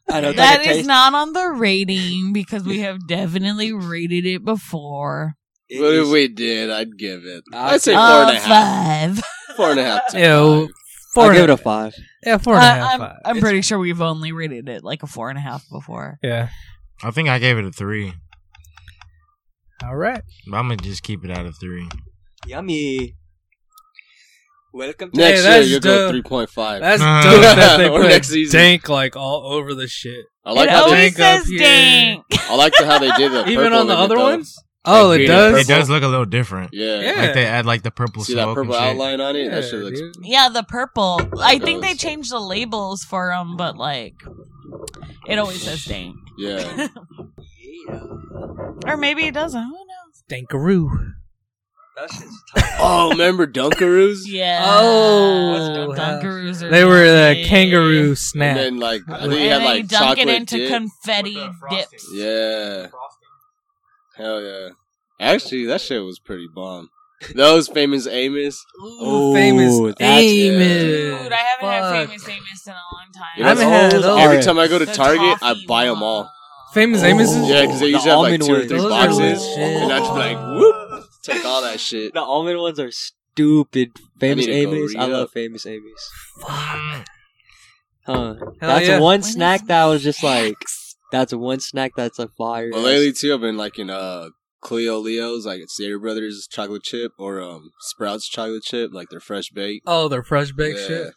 I know That it is tastes- not on the rating because we have definitely rated it before. it But if is- we did, I'd give it. I'd I'd say give four Uh, and a half. five. Four and a half. to Ew. five. Four I'll give and it a, a five. yeah, four and a I- half, Uh, I'm, five. I'm pretty sure we've only rated it like a four and a half before. Yeah. I think I gave it a three. All right. But I'm gonna just keep it out of three. Yummy. Welcome to Next Hey, year that's you'll go dope. three point five. That's Uh, dope that they or next put season. dank like all over the shit. I like it how they, always dank up says here. dank. I like how they did that. Even purple on the in it, other though. ones? Oh, Like it green and does. It does look a little different. Yeah. Yeah. Like they add like the purple See that smoke purple and shit. outline on it? Yeah, that shit looks. dude. Yeah, the purple. I think they goes. changed the labels for them, but like, it always says dank. Yeah. Or maybe it doesn't. Who knows? Dankaroo. oh, remember Dunkaroos? Yeah. Oh, What's Dunkaroos? Dunkaroos are They were the good. kangaroo And snap. then like I And think he then had you like dunk it chocolate into dip. confetti dips. yeah. Hell yeah. Actually, that shit was pretty bomb. Those famous Amos. Ooh, famous that's- famous. Dude, I haven't Fuck. had famous Amos in a long time. You know, I haven't had those- those. Every time I go to The Target, I toffee buy them one. all. Famous Oh. Amos is Yeah, because they The usually have like almond two or ones. three Those are boxes, lit shit. and I just be like, whoop, take all that shit. The almond ones are stupid. Famous I need to go Amy's. I read love up. famous Amy's. Mm, Huh. Hell that's yeah. one When snack is- that was just like that's one snack that's a fire. But lately too, I've been liking uh Cleo Leo's, like it's Dairy Brothers chocolate chip or um Sprouts chocolate chip, like their fresh bake. oh, they're fresh baked Yeah. shit. That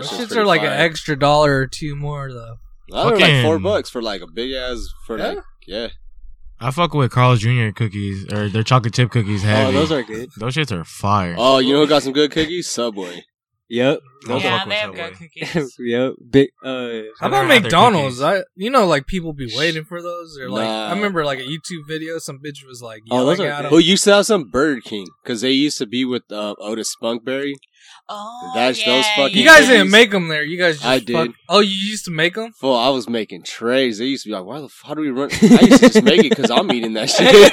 Those shit's shits pretty are like fire. an extra dollar or two more though. I don't know, like four Fucking- bucks for like a big ass for like yeah. I fuck with Carl's Jr. cookies or their chocolate chip cookies. Heavy. oh, those are good. Those shits are fire. Oh, you know who got some good cookies? Subway. Yep. I'll yeah, fuck they with have Subway. good cookies. yep. Big. Uh, How I've never about had their McDonald's? cookies. I you know like people be waiting for those. Or like Nah. I remember like a YouTube video, some bitch was like Oh, yelling those are at good. Who them. used to have some Burger King because they used to be with uh, Otis Spunkberry. Oh, That's- yeah, those fucking- You guys yeah. didn't make them there. You guys just I did. fuck- Oh, you used to make them? Full, I was making trays. They used to be like, "Why the fuck do we run?" I used to just make it because I'm eating that shit.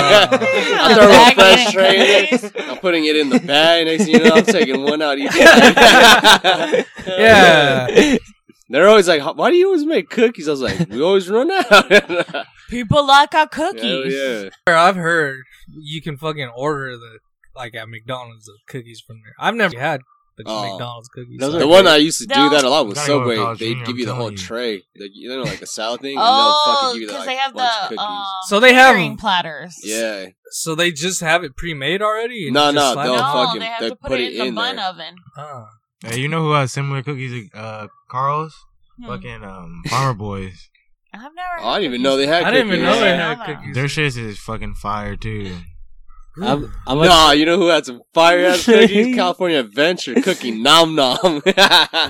I throw a Bag fresh it. tray in there. I'm putting it in the bag. Next thing you know, I'm taking one out each. time. Yeah. They're always like, "Why do you always make cookies?" I was like, "We always run out." Hell People like our cookies. yeah. I've heard you can fucking order the like at McDonald's the cookies from there. I've never had the Oh. McDonald's cookies. Those so- are The one I used to do No. that a lot was Gotta go to Subway. College They'd Junior, give I'm you the whole telling you. tray, like, you know, like a salad thing, and Oh, they'll fucking give you because like they have bunch the of um, cookies. So they have catering 'em. platters. yeah, So they just have it pre-made already? and No, just no, slide they'll it- no, fucking- they have they to put, put it it in the in bun there. oven. Ah. Hey, you know who has similar cookies? Uh, Carl's Hmm. fucking um, Farmer Boys. I've never. Oh, I didn't even know they had. I didn't even cookies. know they Yeah. had Yeah. cookies. Their shits is fucking fire too. I'm, I'm a, Nah, you know who had some fire ass cookies? California Adventure cookie nom nom.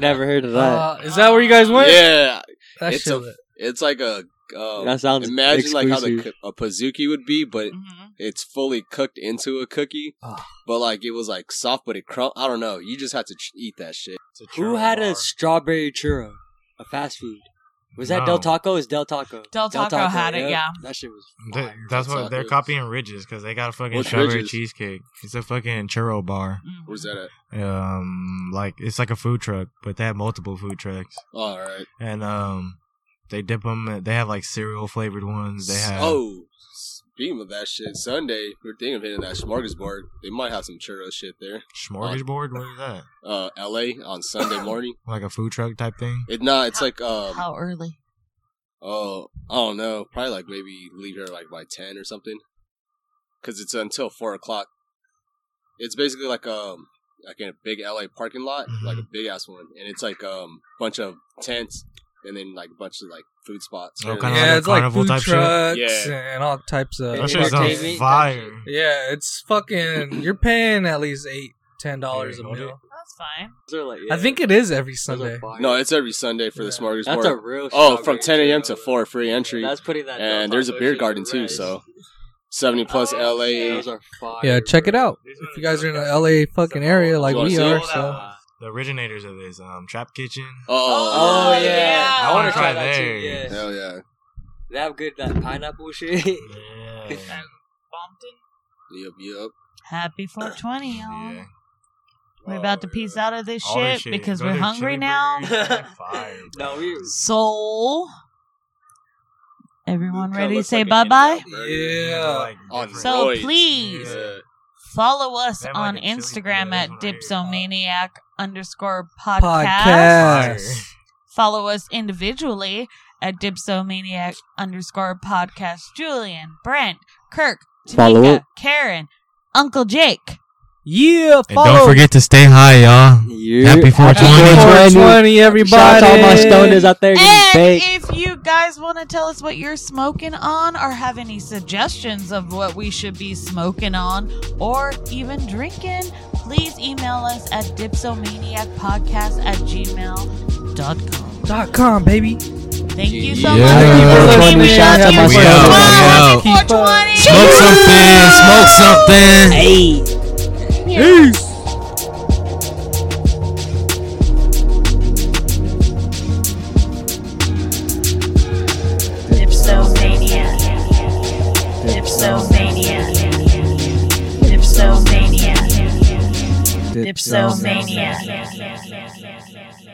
never heard of that. Uh, is that where you guys went? yeah, That It's shit a- lit. it's like a. Um, that sounds imagine like how the exclusive. co- a pizzuki would be, but Mhm. it's fully cooked into a cookie. Ah. But like it was like soft, but it crumb. I don't know. You just had to ch- eat that shit. It's a Who churro had bar. a strawberry churro? A fast food. Was that Del No. Taco? Is Del Taco? Del Taco had it, yeah. That shit was. Th- fire. that's That's what how they're it is. copying Ridges because they got a fucking What's strawberry Ridges? cheesecake. It's a fucking churro bar. Mhm. Where's that at? Um, like it's like a food truck, but they have multiple food trucks, All right. and um, they dip them. They have like cereal flavored ones. They have Oh, Speaking of that shit, Sunday we're thinking of hitting that smorgasbord. They might have some churro shit there. Smorgasbord? What is that? Uh, L.A. on Sunday morning. Like a food truck type thing? It nah, it's like um, How early? oh, I don't know, probably like maybe leave here like by ten or something, because it's until four o'clock. It's basically like um like in a big L.A. parking lot, Mhm. like a big ass one, and it's like um bunch of tents and then like a bunch of like food spots. Oh, And then- kinda like yeah, a it's like carnival food type shit? trucks Yeah. and all types of. That It's shit's like on they make that fire. yeah, it's fucking. You're paying at least eight, ten dollars a Yeah, you know meal. That's fine. Those are like, I think it is every Sunday. no, it's every Sunday for the Yeah. smorgasbord. that's a real. oh, from strawberry 10 a.m. to churro. 4, free entry. That's putting that. and there's a beer garden too, so 70 plus Oh, LA. shit. those are fire. Yeah, check it bro. out. If you guys are in the LA fucking area like You wanna we see are, it? so The originators of this, um, Trap Kitchen. Oh, Oh, yeah. I wanna want to try that too, there. yeah. hell yeah. They have good that pineapple shit. Yeah. And Bompton. Yup, yup. Happy 420, y'all. Yeah. We're about to peace out of this All that shit, because Go we're to hungry Chili now. Burgers, that's fire, no, bro. we So, everyone Kinda ready to looks say like an bye bye? In-N-Out burger. yeah. On different- So Roy's. please Yeah. follow us They have on like a chili Instagram pita, at that's what I hear. dipsomaniac underscore podcast. Podcast. Follow us individually at dipsomaniac underscore podcast. Julian, Brent, Kirk, Follow Tamika, up. Karen, Uncle Jake. Yeah, And follow. don't forget to stay high, y'all. Happy 420. 420, everybody. Shout out to all my stoners out there getting And baked. if you guys want to tell us what you're smoking on or have any suggestions of what we should be smoking on or even drinking, please email us at dipsomaniacpodcast at gmail.com. Dot com, baby. Thank you so Yeah. much. Thank you for everybody. listening. We Shout love out you. my We sons. love you. Keep up. 420. Smoke something. Smoke something. Peace. Dipsomania. Dipsomania. Dipsomania. Dipsomania.